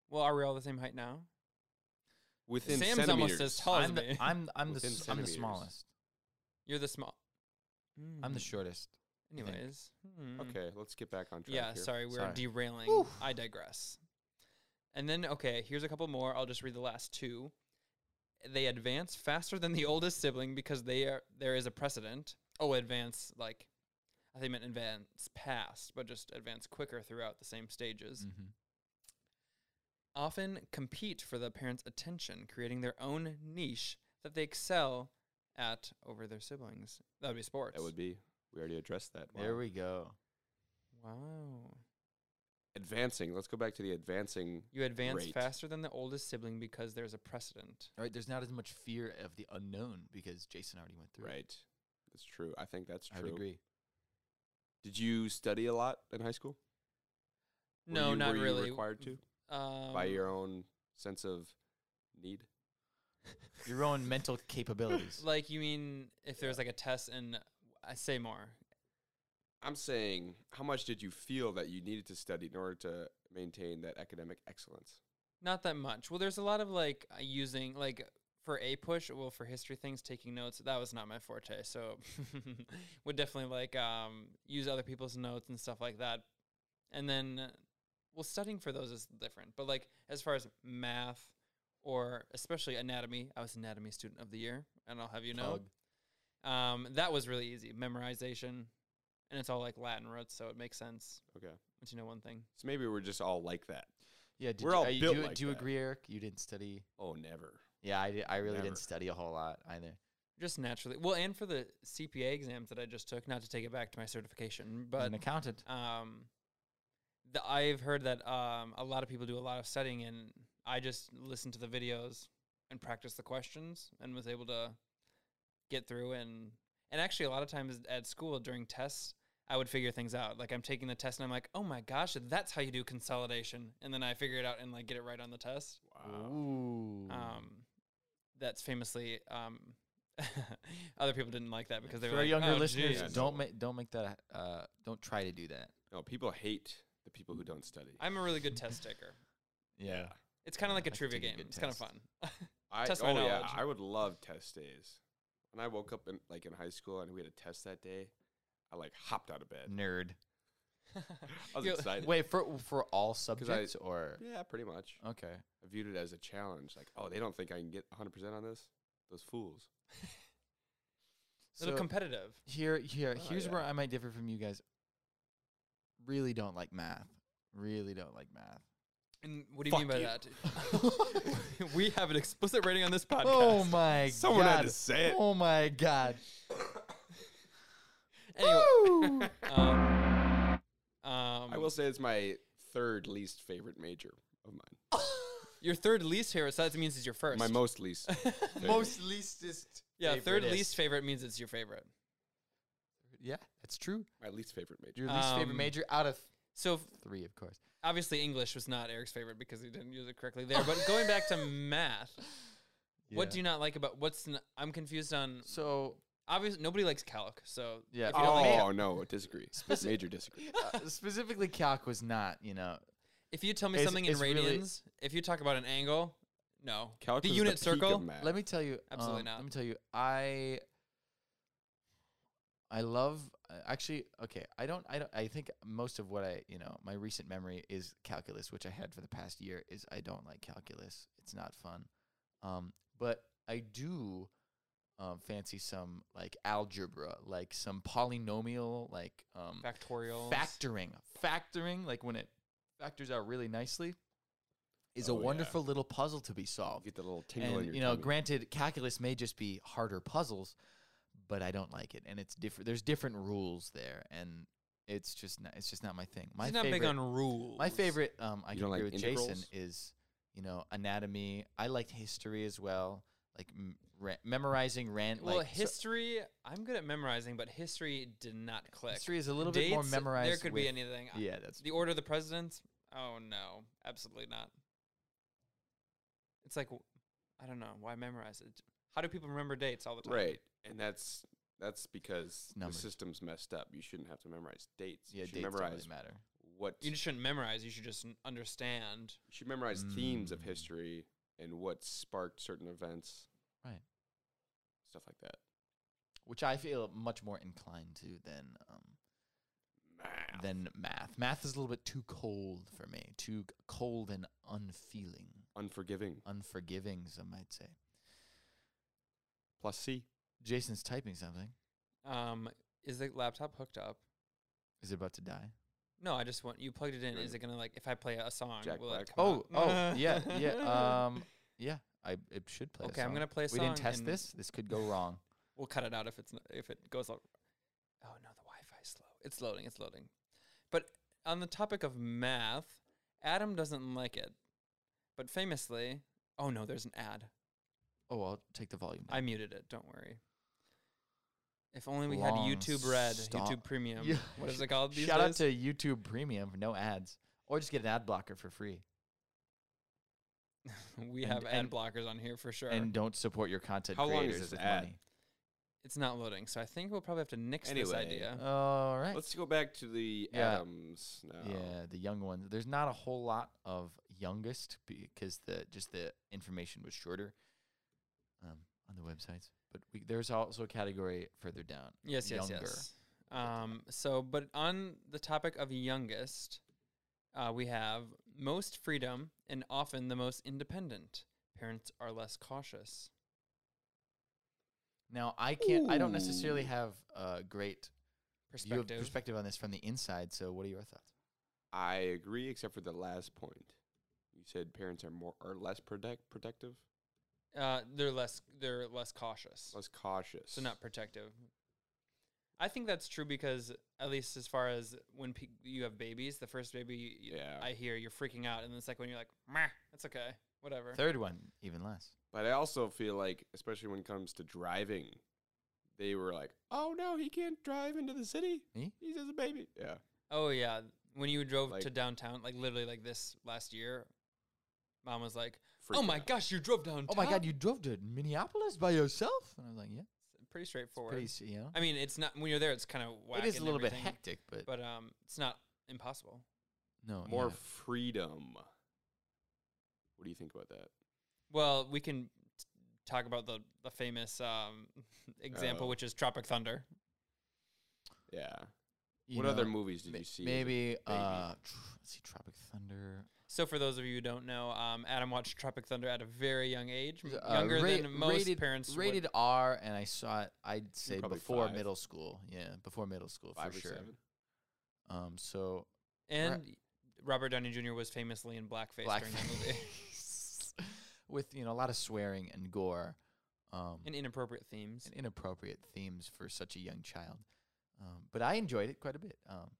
S3: Well, are we all the same height now?
S1: Within
S3: Sam's almost as
S1: centimeters.
S3: tall as
S2: I'm the,
S3: me.
S2: I'm I'm the
S1: Within
S2: s- I'm the
S1: centimeters.
S2: smallest.
S3: You're the small.
S2: I'm the
S3: Mm.
S2: shortest. I think.
S3: Anyways. hmm.
S1: Okay, let's get back on track.
S3: Yeah,
S1: here.
S3: sorry, we're
S2: Sorry.
S3: derailing. I digress. And then, okay, here's a couple more. I'll just read the last two. They advance faster than the oldest sibling because they are there is a precedent. Oh, advance like I think meant advance past, but just advance quicker throughout the same stages.
S1: Mm.
S2: Mm-hmm.
S3: Often compete for the parents' attention, creating their own niche that they excel at over their siblings. That would be sports.
S1: That would be. We already addressed that.
S2: There
S1: Wow.
S2: we go.
S3: wow.
S1: advancing. Let's go back to the advancing.
S3: You advance
S1: Great.
S3: faster than the oldest sibling because there's a precedent.
S2: All right, there's not as much fear of the unknown because Jason already went through. it.
S1: Right. That's true. I think that's
S2: I
S1: true.
S2: would agree.
S1: Did you study a lot in high school? Were
S3: No,
S1: you-
S3: not
S1: were you
S3: really.
S1: required to
S2: Mm,
S3: Um,
S1: by your own sense of need.
S2: Your own mental capabilities.
S3: Like you mean if there's like a test and I say more.
S1: I'm saying, how much did you feel that you needed to study in order to maintain that academic excellence?
S3: Not that much. Well, there's a lot of like uh, using like for a push. Well, for history things, taking notes that was not my forte. So would definitely like um, use other people's notes and stuff like that. And then, uh, well, studying for those is different. But like as far as math or especially anatomy, I was anatomy student of the year, and I'll have you know, um, that was really easy memorization, and it's all like Latin roots, so it makes sense
S1: Okay.
S3: once you know one thing.
S1: So maybe we're just all like that.
S2: Yeah, did
S1: We're
S2: you,
S1: all
S2: are you-
S1: built
S2: do, you-
S1: like
S2: do you
S1: that.
S2: agree, Eric? You didn't study.
S1: Oh, never.
S2: Yeah, I, did, I really
S1: Never.
S2: didn't study a whole lot either.
S3: Just naturally. Well, and for the CPA exams that I just took, not to take it back to my certification,
S2: But
S3: but
S2: an accountant.
S3: um, the, I've heard that um, a lot of people do a lot of studying, and I just listened to the videos and practiced the questions and was able to get through. And, and actually, a lot of times at school during tests, I would figure things out. Like I'm taking the test and I'm like, oh my gosh, that's how you do consolidation. And then I figure it out and like get it right on the test
S2: Ooh.
S3: um, that's famously um, other people didn't like that because they
S2: For
S3: were
S2: our
S3: like,
S2: younger
S3: "Oh,
S2: listeners,
S1: geez.
S3: geez."
S2: don't make don't make that. Uh, don't try to do that.
S1: No, people hate the people who don't study.
S3: I'm a really good test taker.
S2: Yeah.
S3: It's kind
S2: Yeah,
S3: of like a
S2: I could
S3: trivia
S2: take a
S3: game.
S2: good
S3: It's kind of
S2: test.
S3: fun.
S1: I,
S3: Test
S1: oh
S3: my
S1: yeah,
S3: knowledge.
S1: I would love test days. When I woke up in like in high school and we had a test that day, I like hopped out of
S3: Mm.
S1: bed.
S2: Nerd.
S1: I was
S3: Yo,
S1: excited.
S2: Wait for for all subjects or
S1: Yeah, pretty much.
S2: okay.
S1: I viewed it as a challenge. Like, oh, they don't think I can get 100% on this. Those fools.
S3: A little competitive.
S2: here here
S1: Oh,
S2: here's where
S1: yeah.
S2: I might differ from you guys. Really don't like math. Really don't like math.
S3: And what do you mean by that? we have an explicit rating on this podcast.
S2: Oh my
S1: Someone
S2: god.
S1: had to say it.
S2: Oh my god.
S3: Anyway, um, um,
S1: I will say it's my third least favorite major of mine.
S3: Your third least favorite, so that means it's your first.
S1: My most least. favorite.
S2: leastest.
S3: yeah, third
S2: favoritist.
S3: least favorite means it's your favorite.
S2: Yeah, that's true.
S1: My least favorite major.
S2: Your least favorite
S3: Um,
S2: major out of
S3: So f-
S2: three, of course.
S3: obviously English was not Eric's favorite because he didn't use it correctly there. But going back to math, What do you not like about what's? N- I'm confused on.
S2: so
S3: Obviously, nobody likes calc, so
S2: Yeah.
S3: if you, don't like,
S1: Oh, no, disagree. major disagree.
S2: uh, specifically calc was not, you know,
S3: if you tell me
S2: It's-
S3: something in
S2: it's really-
S3: radians, if you talk about an angle, no,
S1: Calc
S3: the
S1: was
S3: unit
S1: peak of
S3: circle.
S1: math.
S2: Let me tell you.
S3: Absolutely
S2: um,
S3: not.
S2: Let me tell you. I I love uh, actually. Okay, I don't. I don't. I think most of what I you know my recent memory is calculus, which I had for the past year. Is I don't like calculus. It's not fun. Um, but I do. Um, fancy some like algebra, like some polynomial, like um,
S3: factorial,
S2: factoring factoring like when it factors out really nicely is
S1: Oh,
S2: a
S1: yeah.
S2: wonderful little puzzle to be
S1: You
S2: solved
S1: get the little tingle in
S2: and
S1: your
S2: you know
S1: tummy.
S2: granted calculus may just be harder puzzles but i don't like it and it's different there's different rules there and it's just not it's just not my thing my
S3: He's not
S2: favorite
S3: big on rules.
S2: my favorite um i
S1: You
S2: can
S1: don't
S2: agree
S1: like
S2: with jason
S1: integrals?
S2: is you know anatomy i liked history as well like m- ra- memorizing ran
S3: Well,
S2: like so-
S3: history. I'm good at memorizing, but history did not click.
S2: history is a little bit more
S3: Dates,
S2: memorized
S3: There could
S2: with-
S3: be anything.
S2: yeah that's
S3: The order of the presidents. Oh no, absolutely not. It's like w- I don't know why memorize it. How do people remember dates all the time?
S1: Right. And that's that's because the
S2: numbers.
S1: system's messed up. You shouldn't have to memorize dates.
S2: yeah
S1: you should
S2: dates don't
S1: memorize
S2: really matter
S1: what
S3: You just shouldn't memorize. You should just n- understand.
S1: you should memorize themes of
S2: Mm.
S1: history and what sparked certain events.
S2: Right.
S1: Stuff like that.
S2: which I feel much more inclined to than um,
S1: Math.
S2: than math. Math is a little bit too cold for me, too c- cold and unfeeling,
S1: Unforgiving.
S2: unforgiving. Some might say.
S1: Plus C.
S2: Jason's typing something.
S3: Um, is the laptop hooked up?
S2: Is it about to die?
S3: No, I just want you plugged it in.
S1: Right.
S3: Is it gonna like if I play a song?
S1: Jack
S3: will
S1: Black.
S3: it come
S2: Oh,
S3: up?
S2: oh, yeah, yeah, um, yeah. I it should play. a
S3: Okay, I'm
S2: song.
S3: gonna play a
S2: We didn't
S3: song
S2: test
S3: and-
S2: this. This could go wrong.
S3: we'll cut it out if it's not, if it goes. All, oh no, the Wi-Fi's slow. It's loading. It's loading. But on the topic of math, Adam doesn't like it. But famously, oh no, there's an ad.
S2: Oh, I'll take the volume. down.
S3: I muted it. Don't worry. If only we
S2: Long
S3: had YouTube Red,
S2: stop-
S3: YouTube Premium.
S2: Yeah.
S3: What is it called? These
S2: Shout
S3: days?
S2: out to YouTube Premium for no ads, or just get an ad blocker for free,
S3: We
S2: And-
S3: have ad
S2: and-
S3: blockers on here for sure.
S2: and don't support your content
S1: How long
S2: creators
S1: is this
S2: with
S1: ad?
S2: money.
S3: It's not loading, so I think we'll probably have to nix this
S1: Anyway.
S3: idea.
S2: All right.
S1: Let's go back to the
S2: Yeah.
S1: Adams now.
S2: Yeah, the young ones. There's not a whole lot of youngest because the just the information was shorter um, on the websites. But we, there's also a category further down.
S3: Yes, yes,
S2: younger.
S3: yes. Um, so, but on the topic of youngest, uh, we have most freedom and often the most independent. Parents are less cautious.
S2: Now I can't. I don't necessarily
S1: Ooh.
S2: have a great view of
S3: Perspective.
S2: perspective on this from the inside. So what are your thoughts?
S1: I agree, except for the last point. You said parents are more are less protect protective,
S3: uh, they're less. They're less cautious.
S1: less cautious.
S3: So not protective. I think that's true because at least as far as when pe- you have babies, the first baby you,
S1: Yeah.
S3: I hear you're freaking out, and the second one you're like, Meh, that's okay, whatever.
S2: Third one, even less.
S1: But I also feel like, especially when it comes to driving, they were like, "Oh no, he can't drive into the city.
S2: Me?
S1: He's just a baby." Yeah,
S3: Oh yeah, when you drove to
S1: Like-
S3: downtown, like literally like this last year, mom was like, "Oh
S1: Freaking
S3: my
S1: out.
S3: gosh, you drove downtown."
S2: Oh my God, you drove to Minneapolis by yourself? And I was like, yeah,
S3: pretty straightforward.
S2: pretty. s- You know,
S3: I mean, it's not when you're there, it's kind of
S2: it is a little bit
S3: hectic,
S2: hectic, but,
S3: but um, it's not impossible.
S2: no
S1: more
S2: yeah.
S1: freedom. What do you think about that?
S3: Well, we can t- talk about the the famous um example,
S1: Oh.
S2: Uh.
S3: which is Tropic Thunder.
S1: Yeah.
S2: you
S1: what other
S2: know,
S1: movies did
S2: ma-
S1: you see? as a
S2: Maybe
S1: baby?
S2: uh, tr- let's see, Tropic Thunder.
S3: So, for those of you who don't know, um, Adam watched Tropic Thunder at a very young age, m-
S2: Uh,
S3: younger
S2: ra-
S3: than most
S2: rated,
S3: parents. would-
S2: Rated R, and I saw it. I'd say
S1: probably
S2: before
S1: five.
S2: middle school. Yeah, before middle school
S1: five
S2: for
S1: or
S2: sure.
S1: seven.
S2: Um, so
S3: and Robert Downey Jr. was famously in blackface during that movie.
S2: blackface with you know a lot of swearing and gore, um,
S3: and inappropriate themes.
S2: and inappropriate themes for such a young child. Um, but I enjoyed it quite a bit, um,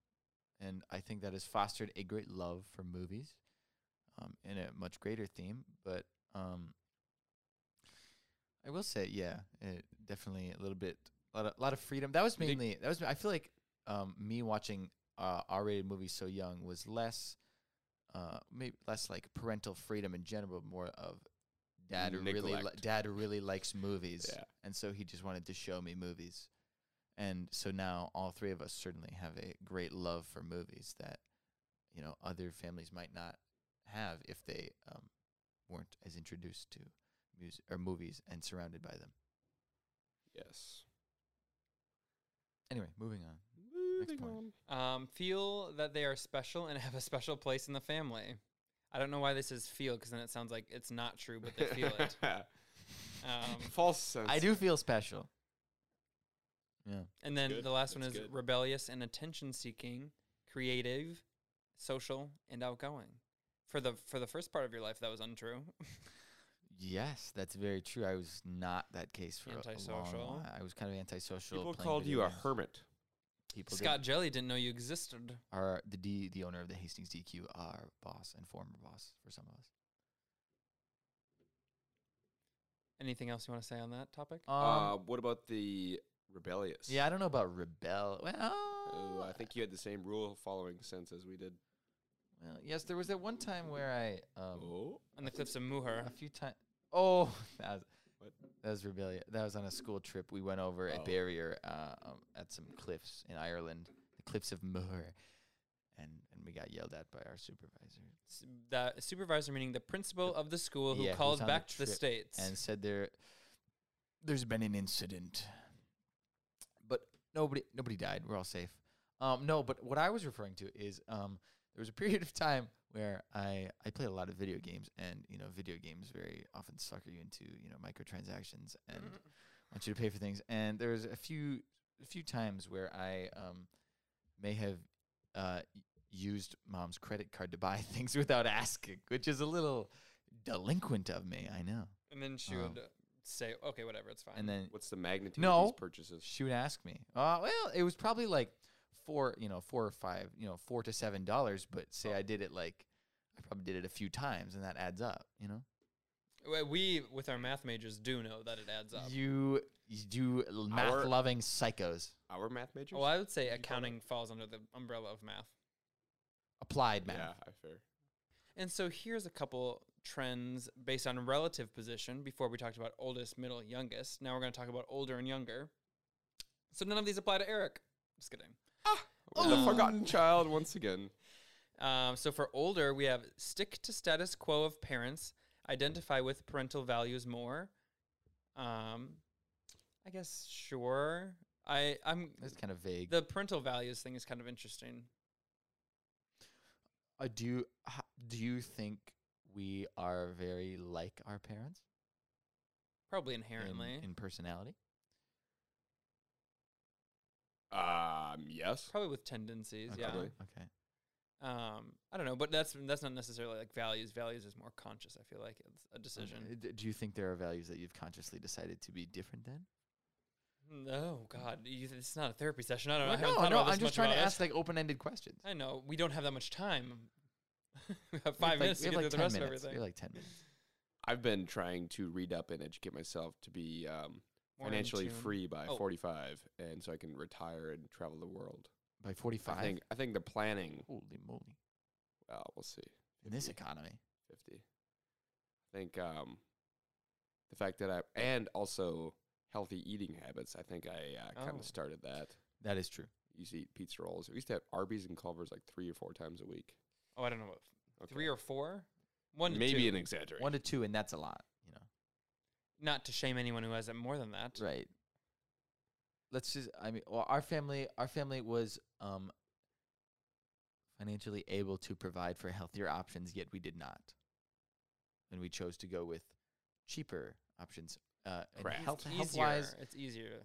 S2: and I think that has fostered a great love for movies, um, and a much greater theme. But um, I will say, yeah, it definitely a little bit, a lot of, lot of freedom. That was
S1: You think-
S2: mainly that was. I feel like um, me watching uh, R-rated movies so young was less, uh, maybe less like parental freedom in general, more of dad really li-
S1: Neglect.
S2: dad really likes movies
S1: Yeah.
S2: and so he just wanted to show me movies and so now all three of us certainly have a great love for movies that you know other families might not have if they um, weren't as introduced to music or movies and surrounded by them
S1: Yes.
S2: anyway moving on
S1: Moving
S2: point.
S1: on.
S3: Um, feel that they are special and have a special place in the family. I don't know why this is feel because then it sounds like it's not true, but they feel it. Um,
S1: False sense.
S2: i do feel special yeah
S3: And then
S1: Good.
S3: the last one
S1: That's
S3: is
S1: good.
S3: rebellious and attention seeking, creative, social, and outgoing. For the for the first part of your life, that was untrue.
S2: yes that's very true i was not that case for a long
S3: Antisocial.
S2: while. i was kind of antisocial
S1: People
S2: playing
S1: called
S2: video
S1: you a
S2: games.
S1: hermit.
S2: people did.
S3: Scott Jelly didn't know you existed.
S2: our the D the owner of the Hastings DQ, our boss and former boss for some of us.
S3: Anything else you want to say on that topic?
S1: uh, what about the rebellious?
S2: Um, yeah, I don't know about rebel. Well,
S1: Oh, I think you had the same rule following sense as we did.
S2: Well, yes, there was that one time where I um
S1: oh,
S3: on the cliffs of
S2: a
S3: Muher.
S2: few times. Oh, that was,
S1: What?
S2: that was rebellion. That was on a school trip. We went over a
S1: Oh.
S2: barrier uh, um, at some cliffs in Ireland, the cliffs of Moher, and and we got yelled at by our supervisor
S3: S- The supervisor, meaning the principal of the school, who
S2: Yeah, who's
S3: called
S2: on the
S3: back to the
S2: trip
S3: states.
S2: and said there there's been an incident but nobody nobody died we're all safe um no but what i was referring to is um there was a period of time where i i played a lot of video games and you know video games very often sucker you into you know microtransactions and want you to pay for things and there was a few a few times where i um may have uh y- used mom's credit card to buy things without asking which is a little delinquent of me i know
S3: And then she
S2: Oh.
S3: would say, "Okay, whatever, it's fine."
S2: and then
S1: what's the magnitude of
S2: No.
S1: these purchases?
S2: she would ask me. Uh, well, it was probably like four, you know, four or five, you know, four to seven dollars. But say I did it like I probably did it a few times, and that adds up, you know.
S3: Well, we, with our math majors, do know that it adds up.
S2: You you do math loving psychos,
S1: Our math majors?
S3: Well, Oh, I would say accounting falls under the umbrella of math.
S2: applied math.
S1: yeah, I fair.
S3: And so here's a couple trends based on relative position before we talked about oldest, middle, youngest. Now we're going to talk about older and younger. So none of these apply to Eric. Just kidding.
S1: We're the forgotten child once again.
S3: Um, so for older, we have stick to status quo of parents, identify with parental values more. Um, I guess sure. I I'm
S2: That's kind of vague.
S3: the parental values thing is kind of interesting.
S2: Uh, do you, h- do you think we are very like our parents
S3: Probably
S2: in-
S3: inherently.
S2: in, personality?
S1: Um, yes.
S3: Probably with tendencies, yeah.
S1: Probably.
S2: Okay.
S3: Um, I don't know, but that's that's not necessarily like values. Values is more conscious. I feel like it's a
S2: Uh,
S3: decision.
S2: d- Do you think there are values that you've consciously decided to be different then?
S3: No, God, you, it's not a therapy session. I don't know. I
S2: Well,
S3: haven't thought about this
S2: I'm
S3: much
S2: just trying to
S3: about it.
S2: ask like open-ended questions.
S3: I know we don't have that much time. we have
S2: We have,
S3: five
S2: like-
S3: minutes
S2: we have,
S3: to get
S2: like,
S3: through the
S2: 10
S3: rest
S2: minutes.
S3: of
S2: We have
S3: everything.
S2: like ten minutes.
S1: I've been trying to read up and educate myself to be um,
S3: More in
S1: financially
S3: tune.
S1: free by
S3: Oh.
S1: 45, and so I can retire and travel the world.
S2: By forty-five.
S1: I think. I think the planning. uh,
S2: Holy moly!
S1: Well, we'll see.
S2: In this
S1: 50.
S2: economy,
S1: 50. I think um, the fact that I and also healthy eating habits. I think I uh, kind
S3: Oh.
S1: of started that.
S2: that is true.
S1: Used to eat pizza rolls. We used to have Arby's and Culver's like three or four times a week.
S3: Oh, I don't know. What, Three or four. One to
S1: maybe
S3: two.
S1: an exaggeration.
S2: One to two, and that's a lot. You know.
S3: Not to shame anyone who has it more than that.
S2: Right. Let's just. I mean, well, our family, our family was um financially able to provide for healthier options, yet we did not, and we chose to go with cheaper options. Uh, and
S1: Correct.
S2: health,
S3: It's
S2: health
S3: easier.
S2: wise,
S3: It's easier.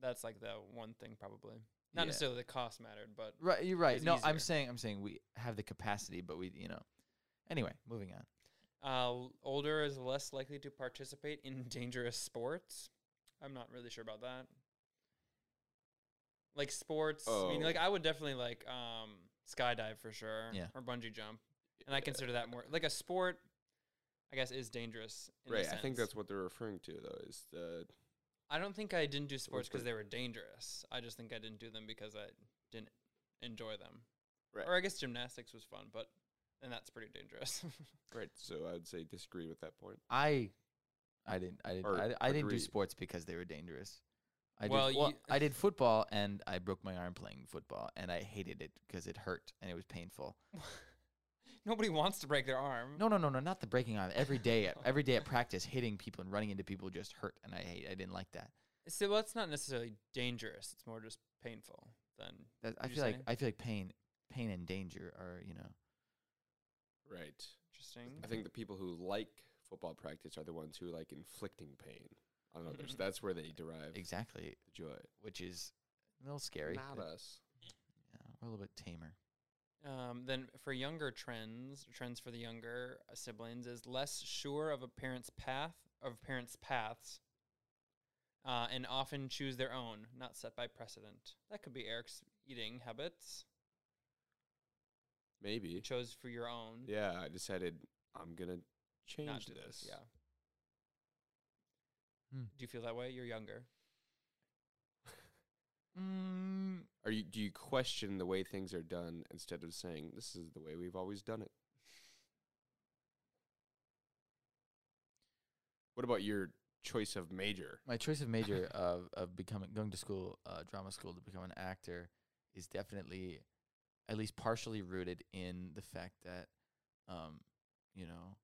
S3: That's like the one thing probably. Not
S2: Yeah.
S3: necessarily the cost mattered, but
S2: Right, you're right.
S3: is
S2: No, I'm
S3: easier.
S2: saying I'm saying we have the capacity, but we, you know. Anyway, moving on.
S3: uh, l- older is less likely to participate in dangerous sports. I'm not really sure about that. Like sports, I mean, like
S1: Oh.
S3: I would definitely like um, skydive for sure,
S2: Yeah.
S3: or bungee jump, and I consider that more like a sport. I guess is dangerous. In a
S1: right. I think
S3: sense.
S1: that's what they're referring to though. Is the
S3: I don't think I didn't do sports because
S1: sport?
S3: they were dangerous. I just think I didn't do them because I didn't enjoy them.
S1: Right.
S3: Or I guess gymnastics was fun, but and that's pretty dangerous.
S1: right. So I would say disagree with that point.
S2: I, I didn't, I didn't,
S1: Or
S2: I, I didn't do
S1: agree.
S2: sports because they were dangerous. I
S3: Well, uh,
S2: did, well,
S3: you-
S2: I did football, and I broke my arm playing football, and I hated it because it hurt and it was painful.
S3: Nobody wants to break their arm.
S2: No, no, no, no, not the breaking arm. Every day, at, every day at practice, hitting people and running into people just hurt, and I hate. I didn't like that.
S3: So well, it's not necessarily dangerous. It's more just painful than
S2: that I
S3: You're
S2: feel like
S3: saying?
S2: I feel like pain, pain and danger are you know.
S1: Right.
S3: interesting.
S1: I think the people who like football practice are the ones who like inflicting pain on others.
S3: Mhm.
S1: That's where they derive
S2: Exactly,
S1: the joy.
S2: which is a little scary.
S1: Not
S2: but,
S1: us.
S2: yeah, we're a little bit tamer.
S3: Um, then for younger trends, trends for the younger uh, siblings is less sure of a parent's path of parents' paths, uh, and often choose their own, not set by precedent. That could be Eric's eating habits. You
S1: Maybe.
S3: chose for your own.
S1: Yeah, I decided I'm gonna
S3: not
S1: change
S3: do
S1: this.
S3: Yeah.
S2: Hmm.
S3: Do you feel that way? You're younger.
S2: Mm,
S1: Are you do you question the way things are done instead of saying this is the way we've always done it? What about your choice of major?
S2: my choice of major of of becoming going to school, uh, drama school to become an actor, is definitely, at least partially rooted in the fact that, um, you know,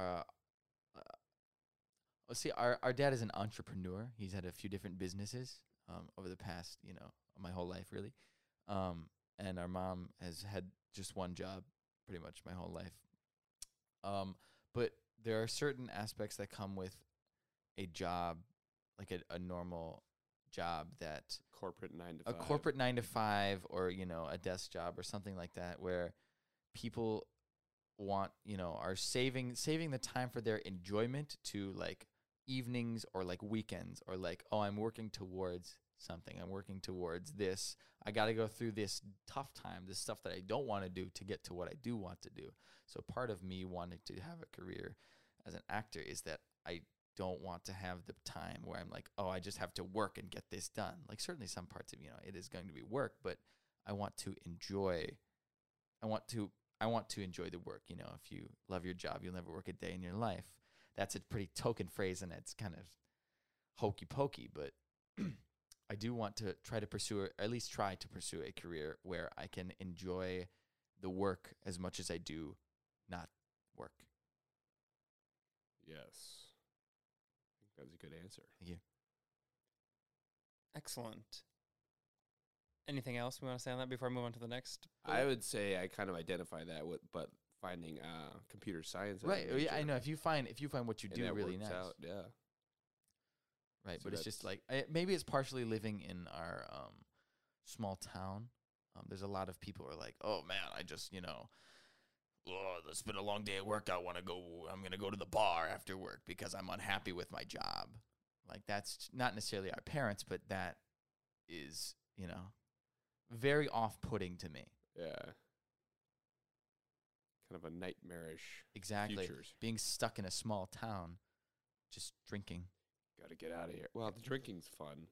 S2: uh, uh, let's see, our our dad is an entrepreneur. He's had a few different businesses um over the past, you know, my whole life really, um, and our mom has had just one job pretty much my whole life, um, but there are certain aspects that come with a job, like a, a normal job that
S1: Corporate nine to
S2: a
S1: five.
S2: corporate nine to five or you know a desk job or something like that where people want you know are saving saving the time for their enjoyment to like evenings or like weekends or like oh i'm working towards something i'm working towards this i got to go through this tough time this stuff that i don't want to do to get to what i do want to do so part of me wanting to have a career as an actor is that i don't want to have the time where I'm like, oh, I just have to work and get this done. Like certainly some parts of you know it is going to be work, but I want to enjoy. I want to I want to enjoy the work. You know, if you love your job, you'll never work a day in your life. That's a pretty token phrase, and it's kind of hokey pokey, but I do want to try to pursue, or at least try to pursue a career where I can enjoy the work as much as I do not work.
S1: Yes. I think that was a good answer.
S3: Excellent. Anything else we want to say on that before I move on to the next?
S1: I would say I kind of identify that with, but finding uh, computer science. as a
S2: right. oh Yeah, I
S1: major,
S2: know. If you find if you find what you
S1: and
S2: do
S1: that
S2: really
S1: works
S2: nice,
S1: out, yeah.
S2: right?
S1: So
S2: but it's just like
S1: that's-
S2: I, maybe it's partially living in our um, small town. Um, there's a lot of people who are like, "Oh man, I just you know, oh, it's been a long day at work. I want to go. I'm gonna go to the bar after work because I'm unhappy with my job." Like that's not necessarily our parents, but that is you know very off-putting to me.
S1: Yeah. Kind of a nightmarish.
S2: Exactly,
S1: Futures.
S2: being stuck in a small town, just drinking.
S1: Got to get out of here. Well, the drinking's fun.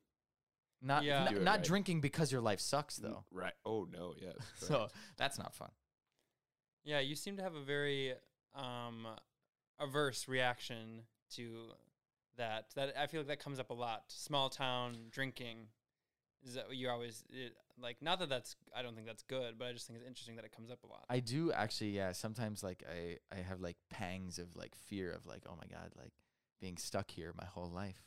S2: Not
S3: Yeah.
S2: not,
S1: Do it
S2: not
S1: right.
S2: drinking because your life sucks
S1: N-
S2: though.
S1: Right. Oh, no. Yes.
S2: so
S1: correct.
S2: that's not fun.
S3: Yeah, you seem to have a very um, averse reaction to that. That I feel like that comes up a lot. Small town drinking. Is that you always it, like? Not that that's. I don't think that's good, but I just think it's interesting that it comes up a lot.
S2: I do actually, yeah. Sometimes like I, I have like pangs of like fear of like, oh my god, like being stuck here my whole life,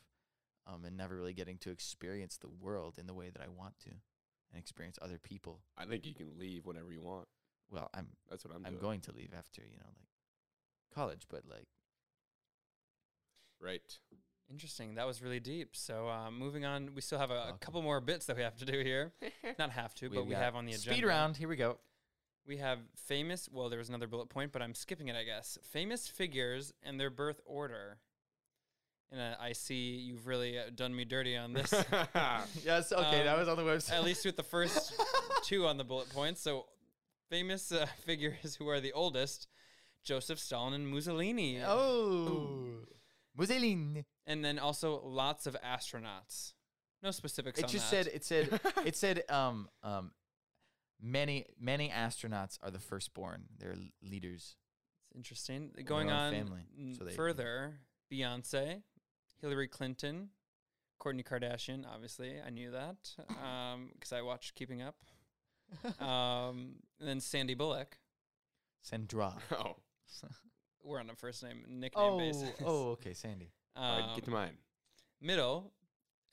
S2: um, and never really getting to experience the world in the way that I want to, and experience other people.
S1: I think you can leave whenever you want.
S2: Well, I'm
S1: That's what I'm
S2: I'm
S1: doing.
S2: going to leave after you know like college, but like
S1: Right.
S3: Interesting. That was really deep. So uh, moving on, we still have a, a couple more bits that we have to do here. Not have to, but
S2: we've
S3: we
S2: got
S3: have on the agenda.
S2: speed round. Here we go.
S3: We have famous. Well, there was another bullet point, but I'm skipping it, I guess. Famous figures and their birth order. And uh, I see you've really uh, done me dirty on this.
S2: Yes, okay, that
S3: Ah. Um,
S2: was on the website.
S3: at least with the first two on the bullet points. So famous uh, figures who are the oldest: Joseph Stalin and Mussolini.
S2: oh, Mussolini.
S3: and then also lots of astronauts. No specifics.
S2: It
S3: on
S2: just
S3: that.
S2: said it said it said um um many many astronauts are the firstborn. They're l- leaders.
S3: It's interesting. Going
S2: own
S3: on
S2: family,
S3: n-
S2: so they-
S3: further, Beyonce, Hillary Clinton, Kourtney Kardashian. Obviously, I knew that because I watched Keeping Up. um, and then Sandy Bullock.
S2: Sandra.
S1: oh,
S3: We're on a first name nickname
S2: oh,
S3: basis.
S2: oh, okay, Sandy.
S1: all right, get to
S3: Um,
S1: mine.
S3: middle,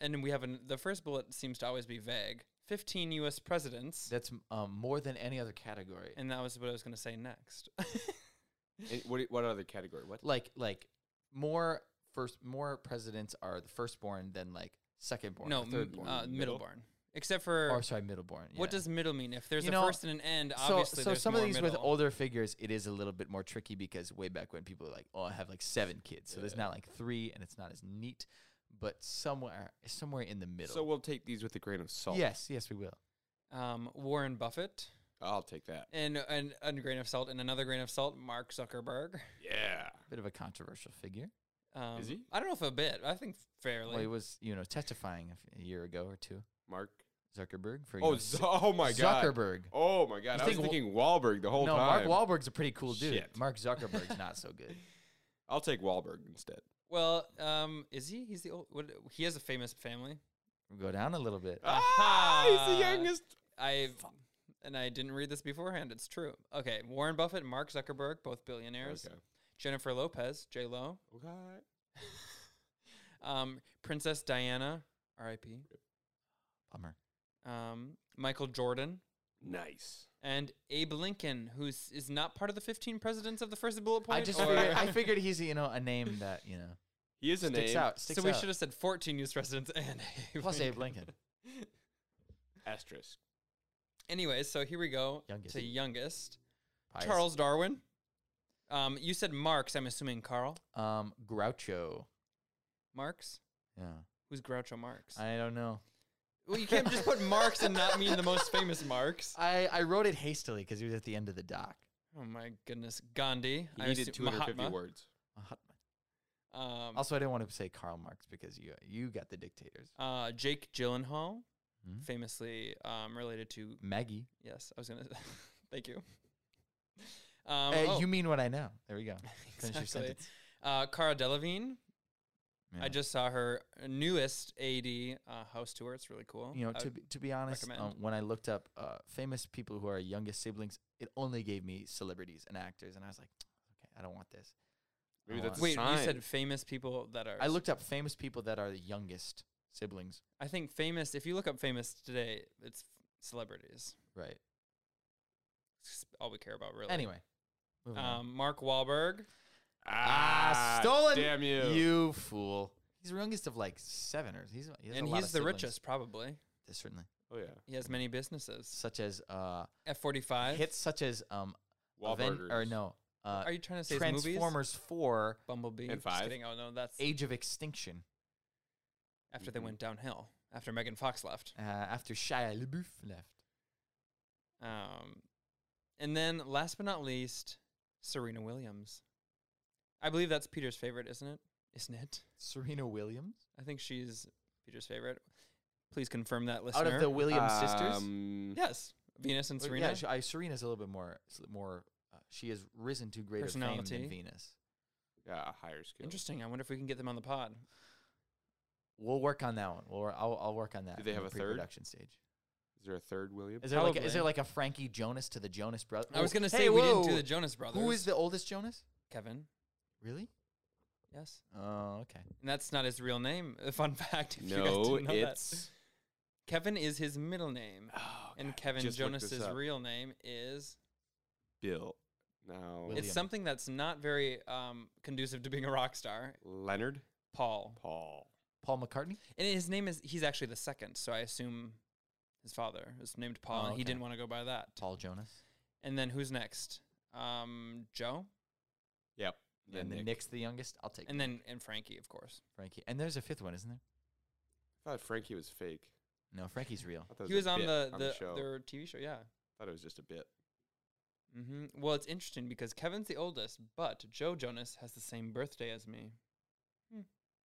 S3: and we have an, the first bullet seems to always be vague. Fifteen U.S. presidents,
S2: That's um, more than any other category.
S3: and that was what I was going to say next.
S1: And what, what other category? What?
S2: like like more first more presidents are the firstborn than like secondborn.
S3: no,
S2: or
S3: m-
S2: thirdborn.
S3: uh, middle
S1: middle?
S3: barn. Except for
S2: or sorry, middleborn. yeah.
S3: what does middle mean? If there's
S2: You
S3: a
S2: know,
S3: first and an end,
S2: so,
S3: obviously
S2: so
S3: there's
S2: some of
S3: more
S2: these with
S3: middle.
S2: older figures, it is a little bit more tricky because way back when people were like, "Oh, I have like seven kids," so there's
S1: Yeah.
S2: not like three, and it's not as neat. But somewhere, somewhere in the middle.
S1: So we'll take these with a grain of salt.
S2: Yes, yes, we will.
S3: um, Warren Buffett
S1: I'll take that.
S3: and, and and a grain of salt and another grain of salt. Mark Zuckerberg.
S1: Yeah.
S2: Bit of a controversial figure.
S3: Um,
S1: he?
S3: I don't know if a bit. I think fairly.
S2: Well, he was, you know, testifying a, f- a year ago or two.
S1: Mark.
S2: Zuckerberg for you
S1: Oh,
S2: know,
S1: Z-
S2: Zu-
S1: oh my God.
S2: Zuckerberg.
S1: Oh my God.
S2: You
S1: I was
S2: think Wa-
S1: thinking Wahlberg the whole
S2: no,
S1: time.
S2: Mark Wahlberg's a pretty cool dude.
S1: Shit.
S2: Mark Zuckerberg's not so good.
S1: I'll take Wahlberg instead.
S3: well, um, is he? He's the old. What, he has a famous family.
S2: Go down a little bit.
S1: Uh, Ah, he's the
S3: Aha.
S1: youngest.
S3: I and I didn't read this beforehand. It's true. Okay, Warren Buffett, and Mark Zuckerberg, both billionaires.
S1: Okay.
S3: Jennifer Lopez, J Lo,
S1: Okay.
S3: um, Princess Diana, R.I.P.
S2: Bummer.
S3: Um, Michael Jordan,
S1: Nice.
S3: and Abe Lincoln, who is is not part of the 15 presidents of the first bullet point.
S2: I just
S3: or-
S2: figured, I figured he's you know a name that you know
S1: He is a
S2: sticks
S1: name.
S2: out. Sticks
S3: so we
S2: out.
S3: should have said 14 U.S. presidents and Abe
S2: plus
S3: Lincoln.
S2: Abe Lincoln.
S1: Asterisk.
S3: Anyways, so here we go
S2: Youngest.
S3: to youngest
S2: Pious.
S3: Charles Darwin. Um, you said Marx. I'm assuming Carl
S2: Um, Groucho.
S3: Marx.
S2: Yeah.
S3: Who's Groucho Marx?
S2: I don't know.
S3: Well, you can't just put Marx and not mean the most famous Marx.
S2: I, I wrote it hastily because he was at the end of the doc.
S3: Oh my goodness, Gandhi.
S1: He
S3: I
S1: needed
S3: assume-
S1: 250
S3: Mahatma.
S1: words.
S3: Uh,
S2: Mahatma.
S3: Um,
S2: Also, I didn't want to say Karl Marx because you you got the dictators.
S3: uh, Jake Gyllenhaal,
S2: Hmm?
S3: famously um, related to
S2: Maggie.
S3: yes, I was gonna. thank you. oh, Um,
S2: Uh,
S3: oh,
S2: You mean what I know. There we go. Finish your
S3: exactly.
S2: sentence.
S3: Uh, Cara Delevingne,
S2: Yeah.
S3: I just saw her newest AD uh, house tour. It's really cool. Uh,
S2: you know,
S3: I
S2: to
S3: would-
S2: be, to be honest,
S3: recommend.
S2: um, when I looked up uh, famous people who are youngest siblings, it only gave me celebrities and actors, and I was like, okay, I don't want this.
S1: Maybe
S2: I
S1: that's a
S2: want-
S3: wait, you
S1: sign.
S3: said famous people that are.
S2: I looked up famous people that are the youngest siblings,
S3: I think famous. If you look up famous today, it's celebrities.
S2: right?
S3: It's all we care about, really.
S2: Anyway, moving on.
S3: um, Mark Wahlberg.
S2: Ah, stolen!
S1: Damn you!
S2: You fool! He's the youngest of like seven, or he's he has
S3: and
S2: a lot
S3: he's
S2: of
S3: the
S2: siblings.
S3: richest, probably.
S2: Yeah, certainly.
S1: Oh yeah,
S3: He has many businesses.
S2: Such as uh,
S3: F forty five.
S2: hits such as um, Aven-
S1: Wahlburgers.
S2: or no, uh,
S3: Are you trying to say his movies?
S2: Transformers Four:
S3: Bumblebee.
S1: And
S3: Just
S1: five.
S3: kidding. Oh no, that's
S2: Age of Extinction.
S3: after they
S1: Mhm.
S3: went downhill. After Megan Fox left.
S2: Uh, after Shia LaBeouf left.
S3: Um, and then last but not least, Serena Williams. I believe that's Peter's favorite, isn't it? Isn't it?
S2: Serena Williams?
S3: I think she's Peter's favorite. Please confirm that, listener.
S2: Out of the Williams sisters?
S1: Um,
S3: yes, Venus and
S2: Well,
S3: Serena.
S2: Yeah, sh- I, Serena's a little bit more, s- more. Uh, she has risen to greater fame
S3: Personality.
S2: than Venus.
S1: yeah, a higher skill.
S3: Interesting. I wonder if we can get them on the pod.
S2: We'll work on that one. We'll, wor- I'll, I'll work on that.
S1: Do they
S2: in
S1: have
S2: the
S1: a third?
S2: pre-production stage?
S1: Is there a third William?
S2: Is there like a, is
S3: Probably.
S2: there like a Frankie Jonas to the Jonas Oh, Brothers?
S3: I was gonna say we didn't do the Jonas Brothers.
S2: Who is the oldest Jonas?
S3: Kevin?
S2: Really?
S3: Yes,
S2: Oh, okay.
S3: and that's not his real name. A fun fact. If you guys
S1: no,
S3: didn't know that.
S1: it's
S3: Kevin is his middle name,
S2: Ah,
S1: oh,
S3: and
S1: God,
S3: Kevin
S1: just looked this
S3: Jonas's
S1: up.
S3: real name is
S1: Bill. No,
S2: William.
S3: It's something that's not very um, conducive to being a rock star.
S1: Leonard
S3: Paul.
S1: Paul.
S2: Paul McCartney.
S3: And his name is, he's actually the second. So I assume his father is named Paul
S2: Oh,
S3: and he
S2: okay.
S3: didn't want to go by that.
S2: Paul Jonas.
S3: And then who's next? Um, Joe.
S1: Yep.
S2: and then Nick's the youngest. I'll take
S3: And then, and Frankie, of course.
S2: Frankie. And there's a fifth one, isn't there?
S1: I thought Frankie was fake.
S2: No, Frankie's real.
S1: I thought it
S3: He was
S1: a
S3: on
S1: bit
S3: the, the,
S1: show.
S3: their TV show. Yeah.
S1: thought it was just a bit.
S3: hmm Well, it's interesting because Kevin's the oldest, but Joe Jonas has the same birthday as me.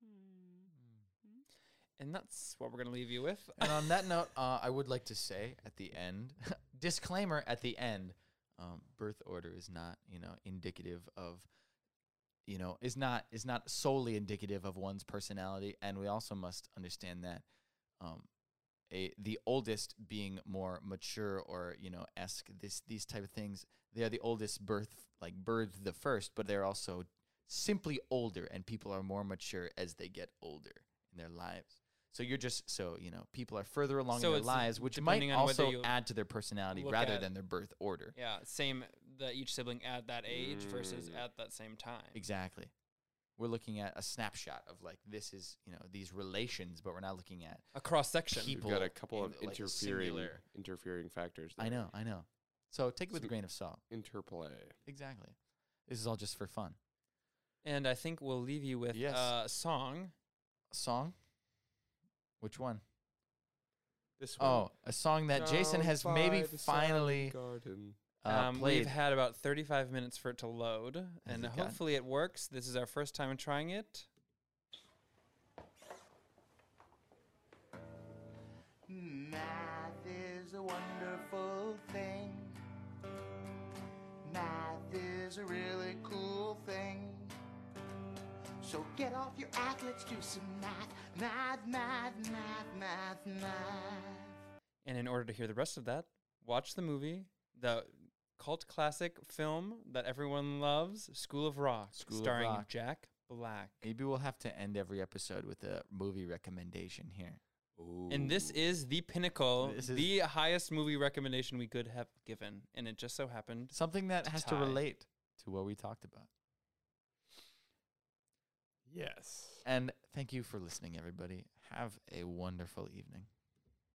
S3: Hmm. And that's what we're going to leave you with.
S2: And on that note, uh, I would like to say at the end, disclaimer at the end, um, birth order is not, you know, indicative of, you know, is not is not solely indicative of one's personality, and we also must understand that, um, a the oldest being more mature or you know esque this these type of things, they are the oldest birth like birth the first, but they're also simply older, and people are more mature as they get older in their lives. So you're just so you know people are further along
S3: So
S2: in their
S3: it's
S2: lives, which might
S3: depending on whether
S2: also
S3: you
S2: add to their personality
S3: look
S2: rather
S3: at-
S2: than their birth order.
S3: yeah. Same, the each sibling at that age versus
S1: Mm.
S3: at that same time.
S2: Exactly. We're looking at a snapshot of like this is you know these relations, but we're not looking at.
S3: A cross section.
S2: Keep-
S1: We've got a
S2: People
S1: couple of
S2: in, like, a
S1: interfering
S2: singular-
S1: interfering factors.
S2: I
S1: there.
S2: know, I know. So take it with a
S1: Some-
S2: grain of salt.
S1: Interplay.
S2: Exactly. This is all just for fun.
S3: And I think we'll leave you with
S2: Yes.
S3: a song.
S2: Song. Which one?
S1: This one.
S2: Oh, a song that Jason
S1: Down
S2: has
S1: by
S2: maybe
S1: the
S2: finally
S1: garden.
S2: uh,
S3: um, we've
S2: played.
S3: had about 35 minutes for it to load, and
S2: it gotten-
S3: hopefully it works. This is our first time trying it.
S5: Math is a wonderful thing. Math is a really cool thing. So get off your ass, let's do some math. Math, math, math, math, math.
S3: And in order to hear the rest of that, watch the movie, the cult classic film that everyone loves, School of Rock,
S2: School of
S3: starring
S2: Rock.
S3: Jack Black.
S2: Maybe we'll have to end every episode with a movie recommendation here.
S3: And this is the pinnacle,
S2: This is-
S3: the highest movie recommendation we could have given. And it just so happened.
S2: Something that
S3: To
S2: has
S3: tie.
S2: to relate to what we talked about.
S1: yes.
S2: And thank you for listening, everybody. Have a wonderful evening.